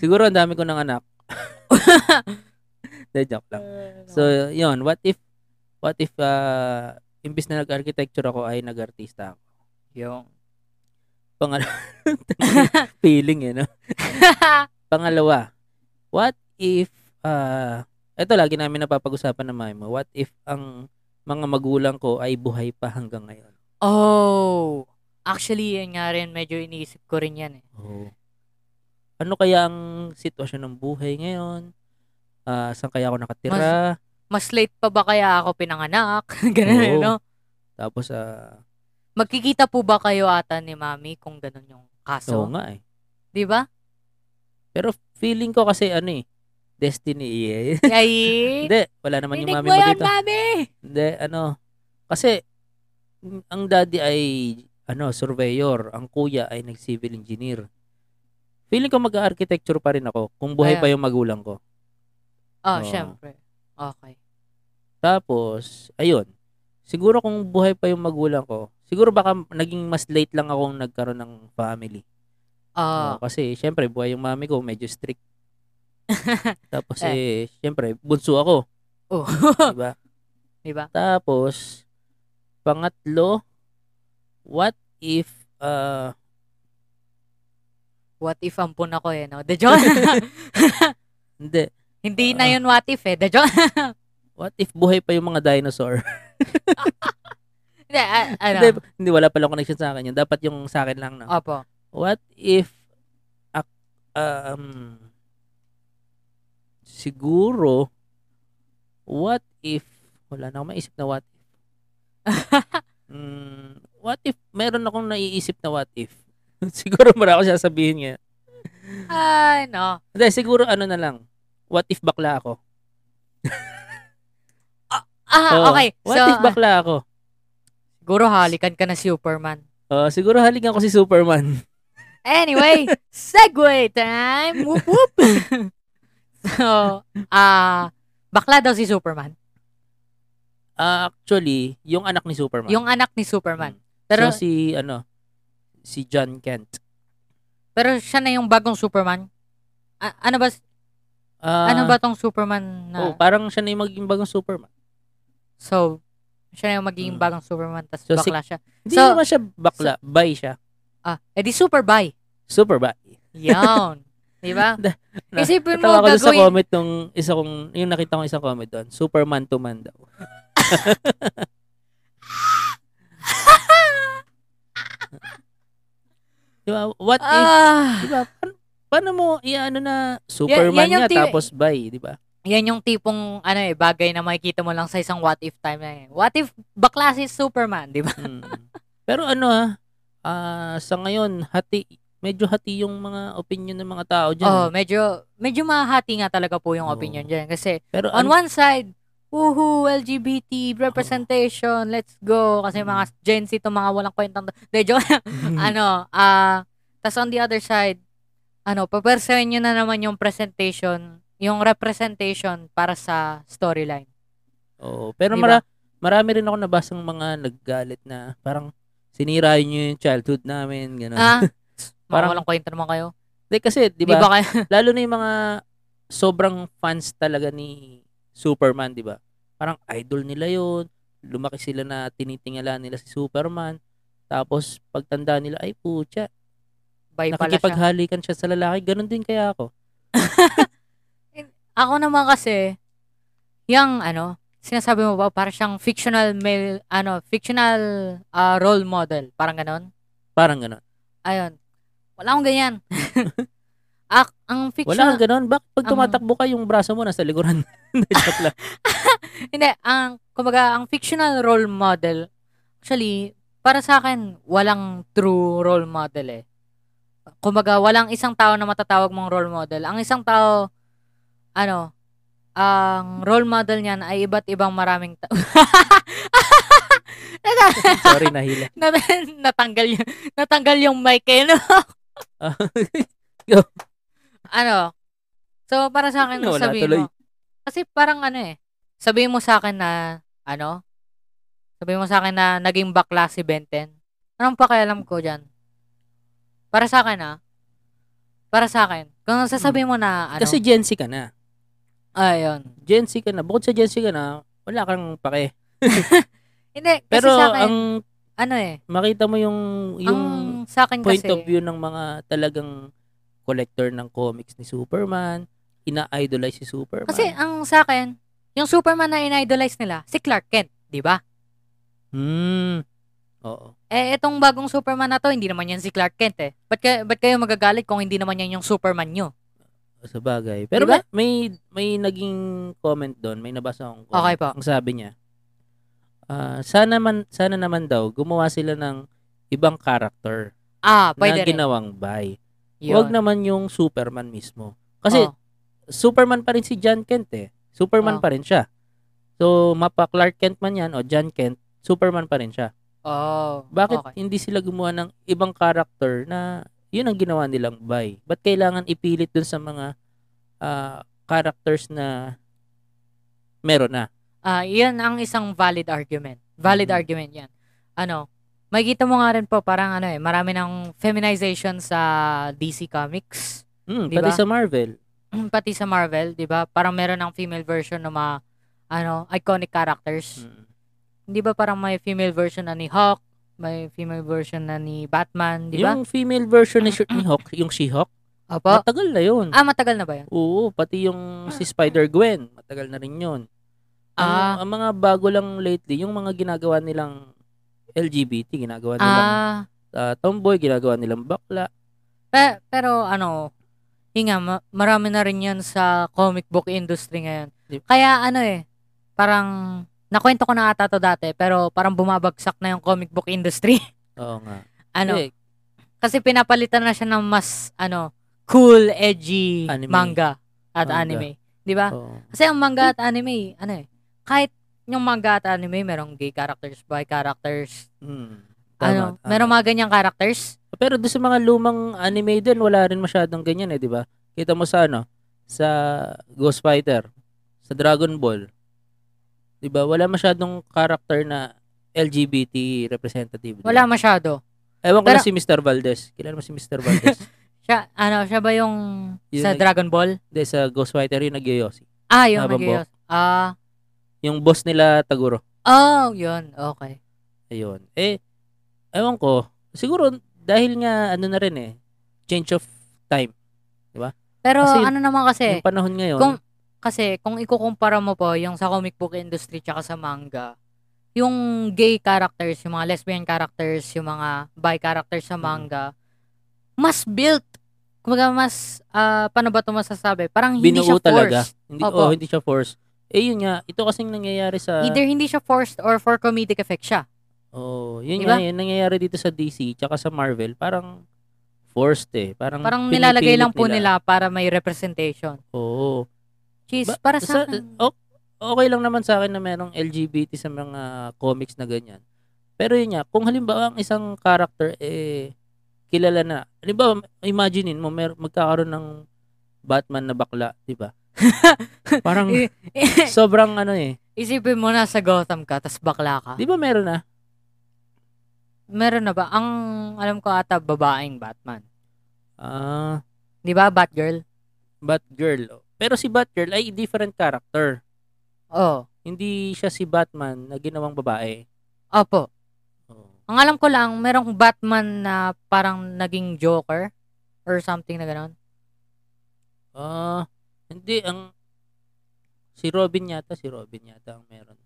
Speaker 2: Siguro ang dami ko ng anak. De, joke lang. So, yun, what if, what if, ah, imbis na nag-architecture ako, ay nag-artista ako.
Speaker 1: yung...
Speaker 2: Pangalawa, feeling eh, no? Pangalawa, what if, ah, eto lagi namin napapag-usapan ng mami mo, what if ang mga magulang ko ay buhay pa hanggang ngayon?
Speaker 1: oh. Actually, yun nga rin. Medyo iniisip ko rin yan eh.
Speaker 2: Oh. Ano kaya ang sitwasyon ng buhay ngayon? Ah, saan kaya ako nakatira?
Speaker 1: Mas late pa ba kaya ako pinanganak? ganun,
Speaker 2: Oo.
Speaker 1: no?
Speaker 2: Tapos, ah,
Speaker 1: Magkikita po ba kayo ata ni mami kung ganun yung
Speaker 2: oo
Speaker 1: kaso?
Speaker 2: nga eh.
Speaker 1: Di ba?
Speaker 2: Pero feeling ko kasi ano eh, destiny eh.
Speaker 1: Ay,
Speaker 2: Hindi, wala naman
Speaker 1: Tinig
Speaker 2: yung mami
Speaker 1: mo
Speaker 2: mo
Speaker 1: yan,
Speaker 2: dito.
Speaker 1: mami!
Speaker 2: Hindi, ano. Kasi, mm, ang daddy ay, ano, surveyor. Ang kuya ay nag-civil engineer. Feeling ko mag-architecture pa rin ako kung buhay pa yung magulang ko.
Speaker 1: Oh,
Speaker 2: Oo.
Speaker 1: syempre. Okay.
Speaker 2: Tapos, ayun. Siguro kung buhay pa yung magulang ko, siguro baka naging mas late lang akong nagkaroon ng family.
Speaker 1: Ah,
Speaker 2: Oo, kasi, syempre, buhay yung mami ko, medyo strict. Tapos, eh, syempre, bunso ako.
Speaker 1: oh.
Speaker 2: Diba?
Speaker 1: Di ba?
Speaker 2: Tapos, pangatlo, what if, uh,
Speaker 1: What if ampun ako eh, no? The joke.
Speaker 2: hindi,
Speaker 1: Hindi na yun what if eh. The joke.
Speaker 2: what if buhay pa yung mga dinosaur?
Speaker 1: Hindi, a- ano.
Speaker 2: hindi, hindi, wala pala connection sa akin yun. Dapat yung sa akin lang na.
Speaker 1: Opo.
Speaker 2: What if, ak- um, siguro, what if, wala na akong maisip na what if. Mm, what if, meron akong naiisip na what if. siguro mara ako sasabihin niya.
Speaker 1: Ay, no.
Speaker 2: Hindi, siguro ano na lang, what if bakla ako?
Speaker 1: Ah,
Speaker 2: Oo.
Speaker 1: okay.
Speaker 2: What
Speaker 1: so,
Speaker 2: if bakla ako?
Speaker 1: siguro halikan ka na Superman.
Speaker 2: Oo, Oh, siguro halikan ko si Superman.
Speaker 1: Anyway, segue time! Whoop, whoop! so, ah, bakla daw si Superman.
Speaker 2: Ah, actually, yung anak ni Superman.
Speaker 1: Yung anak ni Superman.
Speaker 2: Pero
Speaker 1: Pero,
Speaker 2: Hmm. so, si ano, si John Kent.
Speaker 1: pero siya na yung bagong Superman. A- ano ba,
Speaker 2: Ah,
Speaker 1: ano ba tong Superman na,
Speaker 2: Oh, parang siya na yung maging bagong Superman.
Speaker 1: so, siya na yung magiging
Speaker 2: Mm.
Speaker 1: bagong Superman, tapos
Speaker 2: So, si-
Speaker 1: bakla siya.
Speaker 2: Hindi
Speaker 1: So-
Speaker 2: naman siya bakla, bi siya.
Speaker 1: Ah, edi super bi.
Speaker 2: Super bi.
Speaker 1: Yan. Di ba?
Speaker 2: Da- na-
Speaker 1: Isipin mo,
Speaker 2: Natawa ko doon sa
Speaker 1: Ano gagawin.
Speaker 2: comment nung isa kong, yung nakita ko isang comment doon, Superman to man daw. Di ba? Diba, What if,
Speaker 1: Ah,
Speaker 2: di ba? Paano, paano mo, iano na, Superman yung niya
Speaker 1: tira-
Speaker 2: tapos bi, diba? di ba?
Speaker 1: yan yung tipong ano eh, bagay na makikita mo lang sa isang what if time na eh. What if bakla si Superman, di ba?
Speaker 2: Mm. Pero ano ha, ah, sa ngayon, hati, medyo hati yung mga opinion ng mga tao dyan.
Speaker 1: Oh,
Speaker 2: eh.
Speaker 1: medyo medyo mahati nga talaga po yung opinion
Speaker 2: Oo.
Speaker 1: diyan kasi
Speaker 2: Pero
Speaker 1: on
Speaker 2: ano,
Speaker 1: one side, woohoo, LGBT representation, let's go kasi
Speaker 2: Mm.
Speaker 1: mga Gen Z to mga walang kwentang. De joke. lang. ano, ah tas on the other side, ano, papersahin niyo na naman yung presentation, yung representation para sa storyline.
Speaker 2: Oo, pero
Speaker 1: Di
Speaker 2: mara, marami rin ako nabasang mga naggalit na parang sinira niyo yung childhood namin, gano'n.
Speaker 1: Ah,
Speaker 2: Parang-
Speaker 1: parang walang kwento naman kayo.
Speaker 2: Like, kasi, di
Speaker 1: Di
Speaker 2: ba,
Speaker 1: ba, kayo?
Speaker 2: lalo na yung mga sobrang fans talaga ni Superman, di ba? Parang idol nila yon Lumaki sila na tinitingala nila si Superman. Tapos, pagtanda nila, ay putya,
Speaker 1: Bay pala siya.
Speaker 2: nakikipaghalikan siya sa lalaki. Ganon din kaya ako.
Speaker 1: Ako naman kasi, yung ano, sinasabi mo ba, parang siyang fictional male, ano, fictional ah, role model. Parang ganon.
Speaker 2: Parang ganon.
Speaker 1: Ayun. Wala akong ganyan. Ak, ang
Speaker 2: Wala
Speaker 1: fictional,
Speaker 2: kang ganon. Bakit pag
Speaker 1: ang-
Speaker 2: tumatakbo ka, yung braso mo nasa likuran? Joke lang.
Speaker 1: hindi, ang, kumbaga, ang fictional role model, actually, para sa akin, walang true role model eh. Kumbaga, walang isang tao na matatawag mong role model. Ang isang tao, ano, ang role model niyan ay iba't ibang maraming tao.
Speaker 2: Sorry, nahila.
Speaker 1: natanggal yung, natanggal yung mic eh, no?
Speaker 2: Ah,
Speaker 1: ano, so para sa akin,
Speaker 2: Wala
Speaker 1: sabihin
Speaker 2: tuloy.
Speaker 1: mo, kasi parang ano eh, sabihin mo sa akin na, ano, sabihin mo sa akin na naging bakla si Benten. Anong pakialam ko dyan? Para sa akin ah, para sa akin, kung sasabihin mo na, ano,
Speaker 2: Hmm. Kasi Gen Z ka na.
Speaker 1: ayun.
Speaker 2: Gen Z ka na. Bukod sa Gen Z ka na, wala kang pake.
Speaker 1: Hindi, kasi
Speaker 2: Pero
Speaker 1: sa akin,
Speaker 2: ang
Speaker 1: ano eh,
Speaker 2: makita mo yung yung
Speaker 1: ang sa akin
Speaker 2: point
Speaker 1: kasi,
Speaker 2: of view ng mga talagang collector ng comics ni Superman, ina-idolize si Superman.
Speaker 1: kasi ang sa akin, yung Superman na in-idolize nila, si Clark Kent, di ba?
Speaker 2: Hmm. Oo.
Speaker 1: Eh, itong bagong Superman na to, hindi naman yan si Clark Kent eh. Ba't, kayo, ba't kayo magagalit kung hindi naman yan yung Superman nyo?
Speaker 2: Sa bagay. Pero
Speaker 1: Diba?
Speaker 2: ma- may may naging comment doon, may nabasa akong comment.
Speaker 1: Okay po.
Speaker 2: Ang sabi niya, ah, sana man sana naman daw gumawa sila ng ibang character
Speaker 1: Ah,
Speaker 2: na
Speaker 1: pwede rin.
Speaker 2: ginawang bi.
Speaker 1: Yun.
Speaker 2: Huwag naman yung Superman mismo. Kasi
Speaker 1: Oh.
Speaker 2: Superman pa rin si John Kent eh. Superman
Speaker 1: Oh.
Speaker 2: pa rin siya. So, mapa Clark Kent man yan o John Kent, Superman pa rin siya.
Speaker 1: Oh,
Speaker 2: Bakit
Speaker 1: okay.
Speaker 2: hindi sila gumawa ng ibang karakter na yun ang ginawa nilang by? Ba't kailangan ipilit dun sa mga ah, characters na meron na?
Speaker 1: Ah, yan ang isang valid argument. Valid
Speaker 2: Mhm.
Speaker 1: argument yan. Ano, makikita mo nga rin po parang ano eh, marami ng feminization sa DC Comics,
Speaker 2: Hmm,
Speaker 1: Diba?
Speaker 2: Pati sa Marvel.
Speaker 1: pati sa Marvel, 'di ba? Parang meron ng female version ng mga ano, iconic characters.
Speaker 2: Mm.
Speaker 1: Hindi ba parang may female version na ni Hawk, may female version na ni Batman, 'di ba?
Speaker 2: Yung female version ni, Sh- ni Hawk, yung She-Hulk,
Speaker 1: Opo.
Speaker 2: matagal na yun.
Speaker 1: Ah, matagal na ba 'yun?
Speaker 2: Oo, pati yung si Spider-Gwen, matagal na rin yun. Ang,
Speaker 1: Ah.
Speaker 2: ang mga bago lang lately, yung mga ginagawa nilang LGBT, ginagawa nilang
Speaker 1: Ah,
Speaker 2: ah, tomboy, ginagawa nilang bakla.
Speaker 1: pe- pero ano, hinga, ma- marami na rin yun sa comic book industry ngayon.
Speaker 2: Yep.
Speaker 1: Kaya ano eh, parang, nakwento ko na ata to dati, pero parang bumabagsak na yung comic book industry.
Speaker 2: Oo nga.
Speaker 1: ano,
Speaker 2: Eh,
Speaker 1: kasi pinapalitan na siya ng mas, ano, cool, edgy
Speaker 2: Anime.
Speaker 1: manga at
Speaker 2: Manga. Oh.
Speaker 1: anime. Di ba?
Speaker 2: oo.
Speaker 1: Kasi ang manga at anime, ano eh, kahit yung manga at anime, merong gay characters, boy characters,
Speaker 2: Mm.
Speaker 1: ano,
Speaker 2: Tama, tama.
Speaker 1: merong mga ganyang characters.
Speaker 2: Pero doon sa mga lumang anime din, wala rin masyadong ganyan eh, di ba? Kita mo sa ano, sa Ghost Fighter, sa Dragon Ball. Di ba? Wala masyadong character na LGBT representative. di
Speaker 1: Wala
Speaker 2: ba?
Speaker 1: masyado.
Speaker 2: Ewan ko
Speaker 1: pero-
Speaker 2: na si Mr. Valdez. Kilala mo si Mr. Valdez?
Speaker 1: Siya, ano, siya ba yung,
Speaker 2: Yun
Speaker 1: sa
Speaker 2: nag-
Speaker 1: Dragon Ball?
Speaker 2: Hindi, sa Ghost Fighter yung nagyoyosi.
Speaker 1: Ah, yung
Speaker 2: Habang
Speaker 1: nag Ah,
Speaker 2: Yung boss nila, Taguro.
Speaker 1: oh, yun. Okay.
Speaker 2: Ayun. Eh, ewan ko. Siguro, dahil nga, ano na rin eh, change of time.
Speaker 1: Pero
Speaker 2: Kasi-
Speaker 1: ano naman kasi,
Speaker 2: yung panahon ngayon,
Speaker 1: kung- kasi kung ikukumpara mo po yung sa comic book industry tsaka sa manga, yung gay characters, yung mga lesbian characters, yung mga bi characters
Speaker 2: Mm.
Speaker 1: sa manga, mas built. Kumbaga mas, ah, paano ba ito masasabi? Parang hindi
Speaker 2: binuo
Speaker 1: siya forced.
Speaker 2: talaga. Hindi,
Speaker 1: Opo.
Speaker 2: oh, hindi siya force. Eh, yun nga. Ito kasing nangyayari sa...
Speaker 1: Either hindi siya forced or for comedic effect siya.
Speaker 2: Oh, yun
Speaker 1: Diba?
Speaker 2: nga, yun nangyayari dito sa DC tsaka sa Marvel, parang forced eh. Parang,
Speaker 1: Parang nilalagay lang po
Speaker 2: pinipilit
Speaker 1: nila. para may representation.
Speaker 2: Oo.
Speaker 1: Jeez,
Speaker 2: Ba-
Speaker 1: para sa
Speaker 2: sa-
Speaker 1: akin.
Speaker 2: o- okay lang naman sa akin na merong LGBT sa mga comics na ganyan. Pero yun nga, kung halimbawa ang isang character eh kilala na. Halimbawa, imaginein mo mer- magkakaroon ng Batman na bakla, 'di ba? Parang sobrang ano eh.
Speaker 1: Isipin mo na sa Gotham ka, tas bakla ka.
Speaker 2: 'Di ba meron na?
Speaker 1: Meron na ba? Ang alam ko ata babaeng Batman.
Speaker 2: Ah,
Speaker 1: 'Di ba? Batgirl.
Speaker 2: Batgirl. Pero si Batgirl ay different character.
Speaker 1: Oo.
Speaker 2: Hindi siya si Batman na ginawang babae. Oh.
Speaker 1: Opo. Ang alam ko lang, merong Batman na parang naging Joker or something na gano'n.
Speaker 2: Ah, hindi ang si Robin yata, si Robin yata ang meron.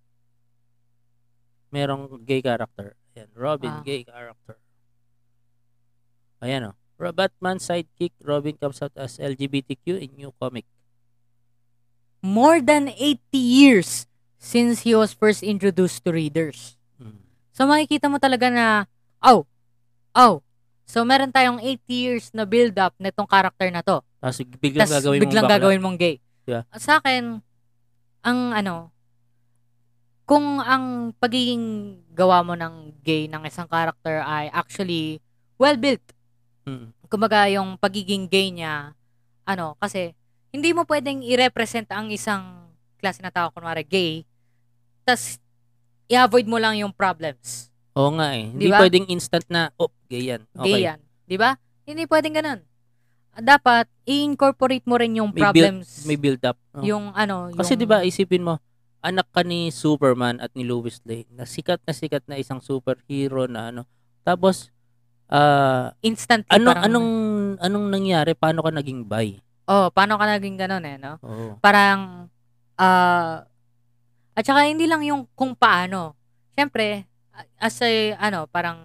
Speaker 2: Merong gay character. Ayan, Robin
Speaker 1: Ah.
Speaker 2: gay character. Ayan oh. Ro- Batman sidekick Robin comes out as LGBTQ in new comic.
Speaker 1: More than 80 years since he was first introduced to readers.
Speaker 2: Hmm.
Speaker 1: So makikita mo talaga na, oh, oh. So meron tayong 80 years na build up nitong character na to.
Speaker 2: Tapos biglang
Speaker 1: Tas
Speaker 2: gagawin
Speaker 1: biglang
Speaker 2: mong bakla.
Speaker 1: gagawin mong gay.
Speaker 2: Yeah.
Speaker 1: Sa akin, ang ano, kung ang pagiging gawa mo ng gay ng isang character ay actually well-built,
Speaker 2: Mm.
Speaker 1: kumbaga yung pagiging gay niya, ano, kasi hindi mo pwedeng i-represent ang isang klase na tao, kunwari gay, tas i-avoid mo lang yung problems.
Speaker 2: Oo nga eh. Hindi
Speaker 1: ba?
Speaker 2: pwedeng instant na, oh, gay yan. Okay.
Speaker 1: Gay yan. Di ba? Hindi pwedeng ganun. Dapat, i-incorporate mo rin yung
Speaker 2: May built-
Speaker 1: problems.
Speaker 2: May build up. Oh.
Speaker 1: Yung ano,
Speaker 2: Kasi
Speaker 1: yung...
Speaker 2: 'di ba isipin mo anak ka ni Superman at ni Lois Lane na sikat na sikat na isang superhero na ano. Tapos ah
Speaker 1: instantly
Speaker 2: ano
Speaker 1: parang,
Speaker 2: anong anong nangyari? Paano ka naging bi?
Speaker 1: oh paano ka naging ganun eh no
Speaker 2: Oo.
Speaker 1: parang ah at saka hindi lang yung kung paano syempre as a ano parang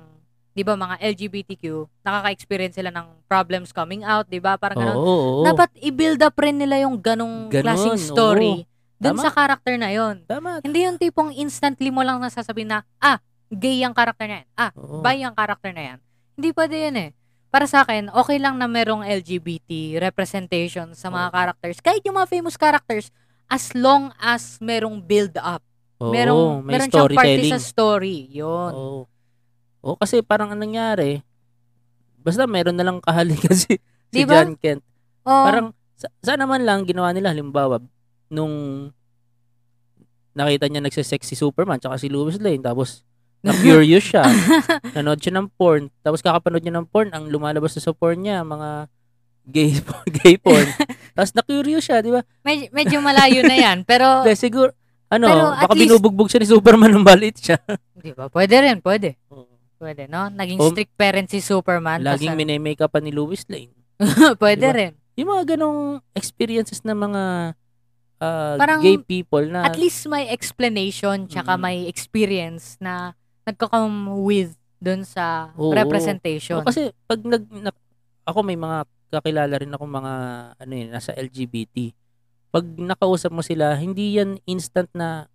Speaker 1: 'di ba mga LGBTQ nakaka-experience sila ng problems coming out 'di ba parang ganun
Speaker 2: Oo, oo, oo.
Speaker 1: dapat i-build up rin nila yung ganong
Speaker 2: Ganun,
Speaker 1: klaseng story dun
Speaker 2: Tama.
Speaker 1: sa character na yon
Speaker 2: Tama.
Speaker 1: hindi yung tipong instantly mo lang nasasabihin na ah gay ang character na yan ah
Speaker 2: Oo.
Speaker 1: by ang character na yan. Hindi pwede yun eh. Para sa akin, okay lang na merong LGBT representation sa mga
Speaker 2: Oo.
Speaker 1: characters. Kahit yung mga famous characters, as long as merong build-up.
Speaker 2: Oo,
Speaker 1: merong,
Speaker 2: may
Speaker 1: meron siyang party
Speaker 2: storytelling.
Speaker 1: sa story. Yun.
Speaker 2: Oo. Oo, kasi parang anong nangyari? Basta meron na lang kahalikan si, si
Speaker 1: Di ba?
Speaker 2: John Kent.
Speaker 1: Oo.
Speaker 2: Parang sa- sana man lang ginawa nila halimbawa nung nakita niya nagse-sex si Superman tsaka si Lois Lane tapos na-curious siya. Nanood siya ng porn. Tapos kakapanood niya ng porn. Ang lumalabas na sa porn niya, mga gay, gay porn. tapos na-curious siya, di ba?
Speaker 1: Med- medyo malayo na yan. Pero,
Speaker 2: Dahil siguro, ano,
Speaker 1: Oh. Pero at
Speaker 2: baka
Speaker 1: least-
Speaker 2: binubugbog siya ni Superman nung balit siya.
Speaker 1: di ba? Pwede rin, pwede. Pwede, no? Naging
Speaker 2: Um,
Speaker 1: strict parent si Superman. tas
Speaker 2: Laging
Speaker 1: ano-
Speaker 2: minimake pa ni Lois Lane.
Speaker 1: pwede
Speaker 2: Diba?
Speaker 1: rin.
Speaker 2: Yung mga ganong experiences ng mga ah,
Speaker 1: Parang-
Speaker 2: gay people na
Speaker 1: At least may explanation tsaka
Speaker 2: Mm.
Speaker 1: may experience na nagka-come with dun sa
Speaker 2: Oo.
Speaker 1: representation.
Speaker 2: Oo, kasi pag nag na- ako may mga kakilala rin ako mga ano yun, nasa LGBT. Pag nakausap mo sila, hindi yan instant na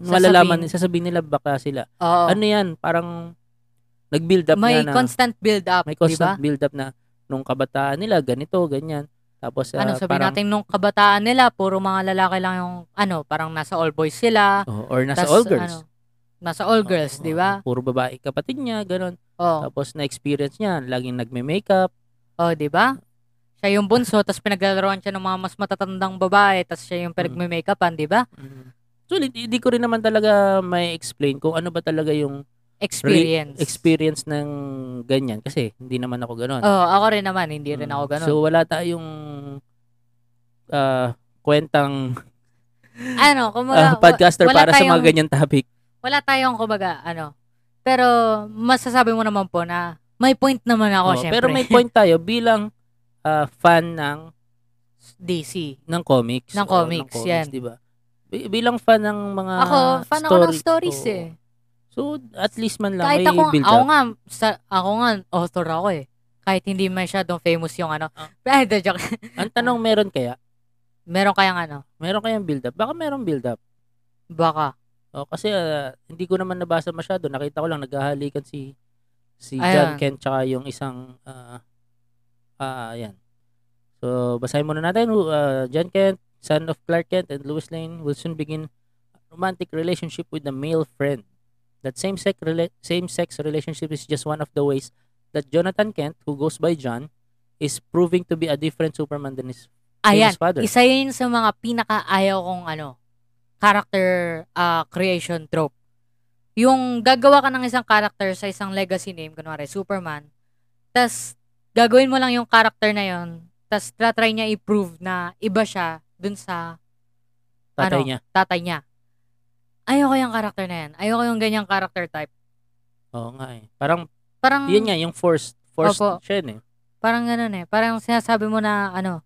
Speaker 2: malalaman, sasabihin nila baka sila.
Speaker 1: Oo.
Speaker 2: Ano yan, parang nag-build up
Speaker 1: Oh. may
Speaker 2: na na.
Speaker 1: constant build up,
Speaker 2: may
Speaker 1: 'di ba?
Speaker 2: constant build up na nung kabataan nila, ganito, ganyan. Tapos ah,
Speaker 1: ano sabi
Speaker 2: parang,
Speaker 1: natin nung kabataan nila, puro mga lalaki lang yung ano, parang nasa all boys sila.
Speaker 2: Oh, or
Speaker 1: Tas,
Speaker 2: nasa all girls.
Speaker 1: ano, nasa all girls,
Speaker 2: Oo,
Speaker 1: 'di ba?
Speaker 2: oo, puro babae kapatid niya, ganun.
Speaker 1: Oh,
Speaker 2: Tapos na-experience niya, laging nagme-makeup.
Speaker 1: oh, 'di ba? Siya yung bunso, tapos pinaglalaroan siya ng mga mas matatandang babae, tapos siya
Speaker 2: Mm.
Speaker 1: yung pinagme-makeupan, 'di ba?
Speaker 2: So, hindi, hindi ko rin naman talaga may explain kung ano ba talaga yung
Speaker 1: Experience.
Speaker 2: experience ng ganyan. Kasi, hindi naman ako ganun.
Speaker 1: Oh, ako rin naman, hindi rin
Speaker 2: Mm.
Speaker 1: ako ganun.
Speaker 2: So, wala tayong ah, kwentang
Speaker 1: ano,
Speaker 2: ah,
Speaker 1: kumaga, wa-
Speaker 2: podcaster
Speaker 1: wala
Speaker 2: para sa mga
Speaker 1: tayong-
Speaker 2: ganyan topic.
Speaker 1: wala tayong kumbaga, ano. Pero masasabi mo naman po na may point naman ako,
Speaker 2: Oo,
Speaker 1: syempre.
Speaker 2: pero may point tayo bilang ah, fan ng
Speaker 1: DC.
Speaker 2: ng comics.
Speaker 1: Ng
Speaker 2: Oo,
Speaker 1: comics, yan.
Speaker 2: Diba? Bi- bilang fan ng mga
Speaker 1: ako, fan ako ng
Speaker 2: story-
Speaker 1: stories
Speaker 2: oo.
Speaker 1: eh.
Speaker 2: So, at least man lang
Speaker 1: Kahit
Speaker 2: may
Speaker 1: ako,
Speaker 2: build
Speaker 1: ako
Speaker 2: up.
Speaker 1: nga, sa, ako nga, author ako eh. Kahit hindi masyadong famous yung ano.
Speaker 2: Ah.
Speaker 1: Pero, the joke.
Speaker 2: Ang tanong, meron kaya?
Speaker 1: Meron kayang ano,
Speaker 2: Meron kayang build up? Baka meron build up.
Speaker 1: baka.
Speaker 2: O, kasi ah, hindi ko naman nabasa masyado. Nakita ko lang naghahalikan si si
Speaker 1: Ayan.
Speaker 2: John Kent tsaka yung isang ah ah, ayan. So, basahin muna natin. Who, ah, John Kent, son of Clark Kent and Lois Lane will soon begin a romantic relationship with a male friend. That same-sex rela- same-sex relationship is just one of the ways that Jonathan Kent, who goes by John, is proving to be a different Superman than his
Speaker 1: Ayan,
Speaker 2: famous father.
Speaker 1: isa yun sa mga pinakaayaw kong ano, character ah, creation trope. Yung gagawa ka ng isang character sa isang legacy name, kunwari Superman, tas gagawin mo lang yung character na yun, tas try niya i-prove na iba siya dun sa
Speaker 2: tatay
Speaker 1: ano?
Speaker 2: niya.
Speaker 1: tatay niya. Ayoko yung character na yan. Ayoko yung ganyang character type.
Speaker 2: Oo nga eh. Parang
Speaker 1: Parang,
Speaker 2: Yun nga, yung forced. Forced
Speaker 1: Mm. Opo.
Speaker 2: siya yun eh.
Speaker 1: parang ganun eh. Parang sinasabi mo na ano,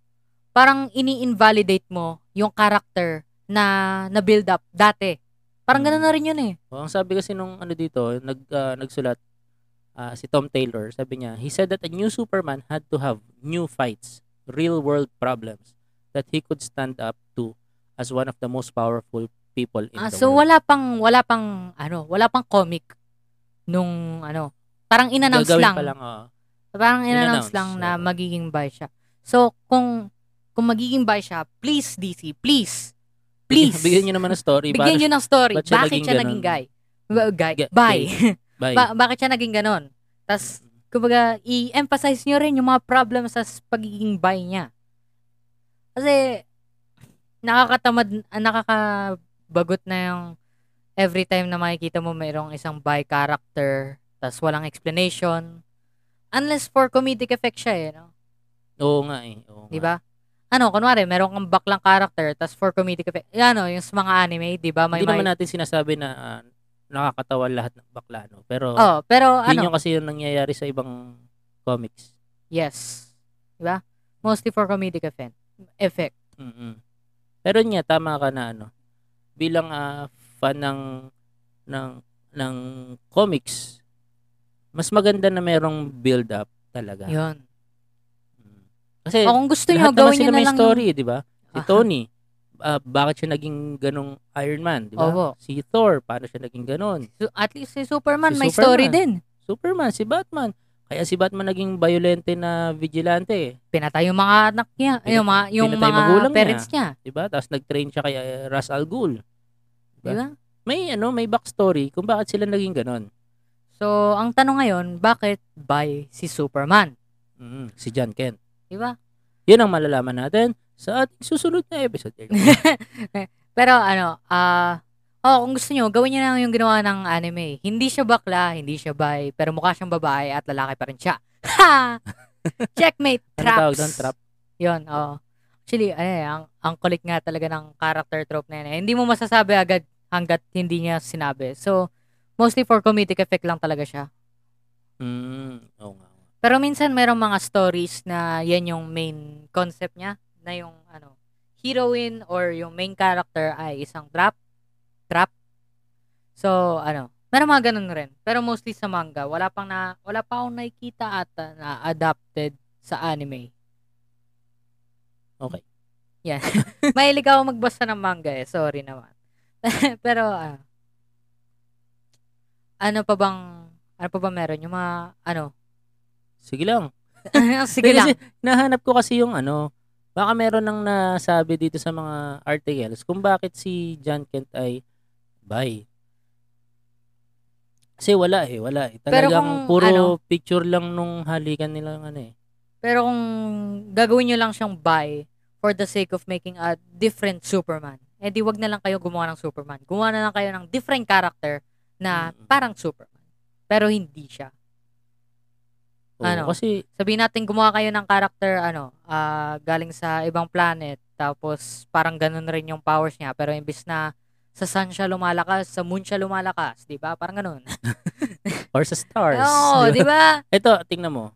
Speaker 1: parang ini-invalidate mo yung character na na-build up dati. Parang
Speaker 2: Hmm.
Speaker 1: ganun na rin yun eh.
Speaker 2: O, Oh, ang sabi kasi nung ano dito, nag, ah, nagsulat ah, si Tom Taylor, sabi niya, he said that a new Superman had to have new fights, real-world problems that he could stand up to as one of the most powerful people in
Speaker 1: Ah,
Speaker 2: the
Speaker 1: so
Speaker 2: world.
Speaker 1: wala pang wala pang ano, wala pang comic nung ano. Parang inannounce
Speaker 2: Gagawin
Speaker 1: lang.
Speaker 2: pa lang, ah. oo.
Speaker 1: Parang inannounce
Speaker 2: In-announce,
Speaker 1: lang na
Speaker 2: oo.
Speaker 1: magiging bi siya. So kung kung magiging bi siya, please DC, please. Please.
Speaker 2: Bigyan niyo naman ng story.
Speaker 1: Bigyan
Speaker 2: para-
Speaker 1: niyo ng story.
Speaker 2: ba't siya
Speaker 1: bakit
Speaker 2: naging
Speaker 1: siya
Speaker 2: ganun?
Speaker 1: naging guy? Ba- Guy.
Speaker 2: Ga-
Speaker 1: Bi.
Speaker 2: Bye.
Speaker 1: Ba- bakit siya naging ganon? Tapos, kumbaga, i-emphasize nyo rin yung mga problem sa s- pagiging bi niya. Kasi, nakakatamad, ah, nakakabagot na yung every time na makikita mo mayroong isang bi character, tapos walang explanation. Unless for comedic effect siya eh, no?
Speaker 2: Oo nga eh. Oo nga.
Speaker 1: Di ba? Ano, kunwari, meron kang baklang character, tapos for comedic effect, ano, yung sa mga anime, di ba? May
Speaker 2: Hindi naman
Speaker 1: mga-
Speaker 2: natin sinasabi na ah, nakakatawa lahat ng bakla, no? Pero
Speaker 1: oh, pero ano,
Speaker 2: yun yung kasi yung nangyayari sa ibang comics.
Speaker 1: Yes. Diba? Mostly for comedic effect. Effect.
Speaker 2: mm Pero yun nga tama ka na ano. Bilang ah, fan ng ng ng comics, mas maganda na merong build up talaga.
Speaker 1: Yun.
Speaker 2: Mm. Kasi
Speaker 1: O kung gusto nyo,
Speaker 2: lahat naman
Speaker 1: gawin nyo
Speaker 2: sila
Speaker 1: na
Speaker 2: may
Speaker 1: lang.
Speaker 2: story, eh, di ba? Si
Speaker 1: Aha.
Speaker 2: Tony, ah, bakit siya naging ganong Iron Man, di ba?
Speaker 1: Opo.
Speaker 2: Si Thor, paano siya naging ganon?
Speaker 1: Su- Ah, At least si Superman,
Speaker 2: Si
Speaker 1: may
Speaker 2: Superman.
Speaker 1: story din.
Speaker 2: Superman, si Batman. Kaya si Batman naging violente na vigilante, eh,
Speaker 1: Pinatay yung mga anak niya.
Speaker 2: Pinatay-
Speaker 1: yung mga, yung
Speaker 2: pinatay
Speaker 1: mga
Speaker 2: magulang
Speaker 1: parents niya.
Speaker 2: di ba? Tapos nag-train siya kay ah, Ra's al Ghul. Diba?
Speaker 1: Diba?
Speaker 2: May ano, may backstory kung bakit sila naging ganon.
Speaker 1: So, ang tanong ngayon, bakit by si Superman?
Speaker 2: Mm, si John Kent.
Speaker 1: Diba?
Speaker 2: Yan ang malalaman natin sa ating susunod na episode. Ano
Speaker 1: Pero ano, ah... oh, kung gusto nyo, gawin nyo lang yung ginawa ng anime. Hindi siya bakla, hindi siya bi, pero mukha siyang babae at lalaki pa rin siya. Ha! Checkmate!
Speaker 2: Ano
Speaker 1: Traps!
Speaker 2: tawag doon? Trap?
Speaker 1: Yun, oo. Actually, ano eh, ang, ang kulit nga talaga ng character trope na yun. eh. Hindi mo masasabi agad hanggat hindi niya sinabi. So, mostly for comedic effect lang talaga siya.
Speaker 2: Mm, oo nga. oo nga.
Speaker 1: Pero minsan mayroong mga stories na yan yung main concept niya, na yung ano, heroine or yung main character ay isang trap. Trap. So, ano, meron mga ganun rin. Pero mostly sa manga, wala pang na, wala pa akong nakikita ata na adapted sa anime.
Speaker 2: Okay.
Speaker 1: Yan. Mahilig ako magbasa ng manga eh. Sorry naman. Pero, ah, ano pa bang, ano pa ba meron? Yung mga, ano?
Speaker 2: Sige lang.
Speaker 1: Ah, Sige
Speaker 2: Hindi,
Speaker 1: lang.
Speaker 2: Kasi, nahanap ko kasi yung ano, baka meron nang nasabi dito sa mga articles kung bakit si John Kent ay bi. Kasi wala eh, wala eh.
Speaker 1: Pero
Speaker 2: Talagang
Speaker 1: kung
Speaker 2: puro
Speaker 1: ano?
Speaker 2: picture lang nung halikan nila ng ano eh.
Speaker 1: Pero kung gagawin nyo lang siyang buy for the sake of making a different Superman, eh di wag na lang kayo gumawa ng Superman. Gumawa na lang kayo ng different character na
Speaker 2: Mm.
Speaker 1: parang Superman. Pero hindi siya.
Speaker 2: Oo,
Speaker 1: Ano?
Speaker 2: Kasi,
Speaker 1: Sabihin natin gumawa kayo ng character ano, ah, galing sa ibang planet tapos parang ganun rin yung powers niya pero imbis na sa sun siya lumalakas, sa moon siya lumalakas, 'di ba? Parang ganun.
Speaker 2: or sa stars.
Speaker 1: Oo,
Speaker 2: di
Speaker 1: 'di ba?
Speaker 2: ba? Ito, tingnan mo.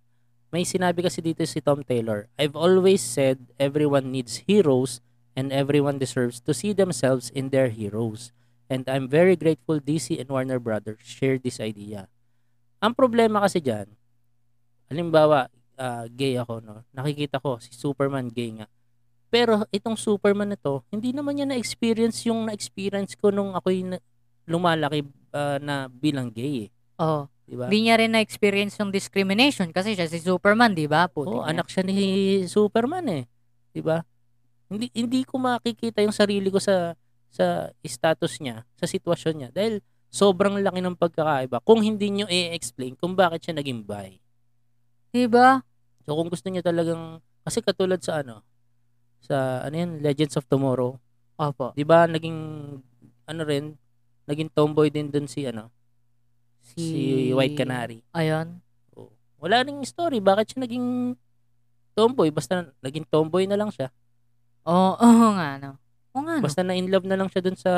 Speaker 2: May sinabi kasi dito si Tom Taylor. I've always said everyone needs heroes and everyone deserves to see themselves in their heroes. And I'm very grateful DC and Warner Brothers share this idea. Ang problema kasi dyan, halimbawa, ah, gay ako, no? nakikita ko si Superman gay nga. Pero itong Superman na to, hindi naman niya na-experience yung na-experience ko nung ako'y na- lumalaki ah, na bilang gay. Eh.
Speaker 1: Oo.
Speaker 2: Diba?
Speaker 1: Hindi niya rin na-experience yung discrimination kasi siya si Superman, 'di ba? Puti niya.
Speaker 2: Oo, Oh, anak siya ni Superman eh. 'Di ba? Hindi hindi ko makikita yung sarili ko sa sa status niya, sa sitwasyon niya dahil sobrang laki ng pagkakaiba kung hindi niyo i-explain kung bakit siya naging bi.
Speaker 1: 'Di ba?
Speaker 2: So kung gusto niyo talagang kasi katulad sa ano sa ano yan, Legends of Tomorrow,
Speaker 1: Opo.
Speaker 2: 'di ba? Naging ano rin, naging tomboy din dun si ano, si, White Canary.
Speaker 1: Ayun.
Speaker 2: Oo. Wala ring story bakit siya naging tomboy basta naging tomboy na lang siya.
Speaker 1: Oo, oo nga, no. Oo nga, no.
Speaker 2: Basta na in love na lang siya dun sa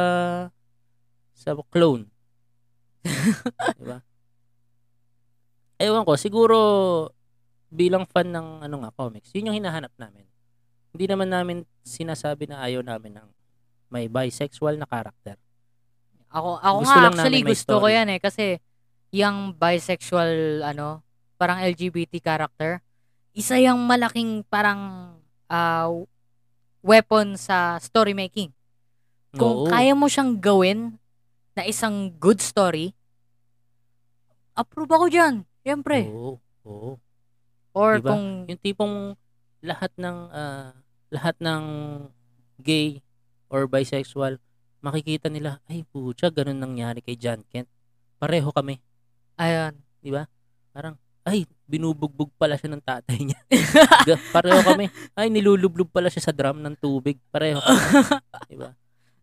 Speaker 2: sa clone. Di ba? Ewan ko, siguro bilang fan ng ano nga comics, yun yung hinahanap namin. Hindi naman namin sinasabi na ayaw namin ng may bisexual na character.
Speaker 1: Ako, ako
Speaker 2: Gusto
Speaker 1: nga,
Speaker 2: lang
Speaker 1: actually,
Speaker 2: namin may
Speaker 1: gusto ko
Speaker 2: story.
Speaker 1: yan eh. Kasi, yung bisexual, ano, parang LGBT character, isa yung malaking parang ah, weapon sa story making. Kung
Speaker 2: Oo.
Speaker 1: kaya mo siyang gawin na isang good story, approve ako dyan. Siyempre.
Speaker 2: Oo. Oo.
Speaker 1: Or
Speaker 2: Diba?
Speaker 1: kung,
Speaker 2: Yung tipong lahat ng ah, lahat ng gay or bisexual makikita nila, ay putya, ganun nangyari kay John Kent. Pareho kami.
Speaker 1: ayun.
Speaker 2: ay, binubugbog pala siya ng tatay niya. Ga- Pareho kami. Ay, nilulublog pala siya sa drum ng tubig. Pareho kami.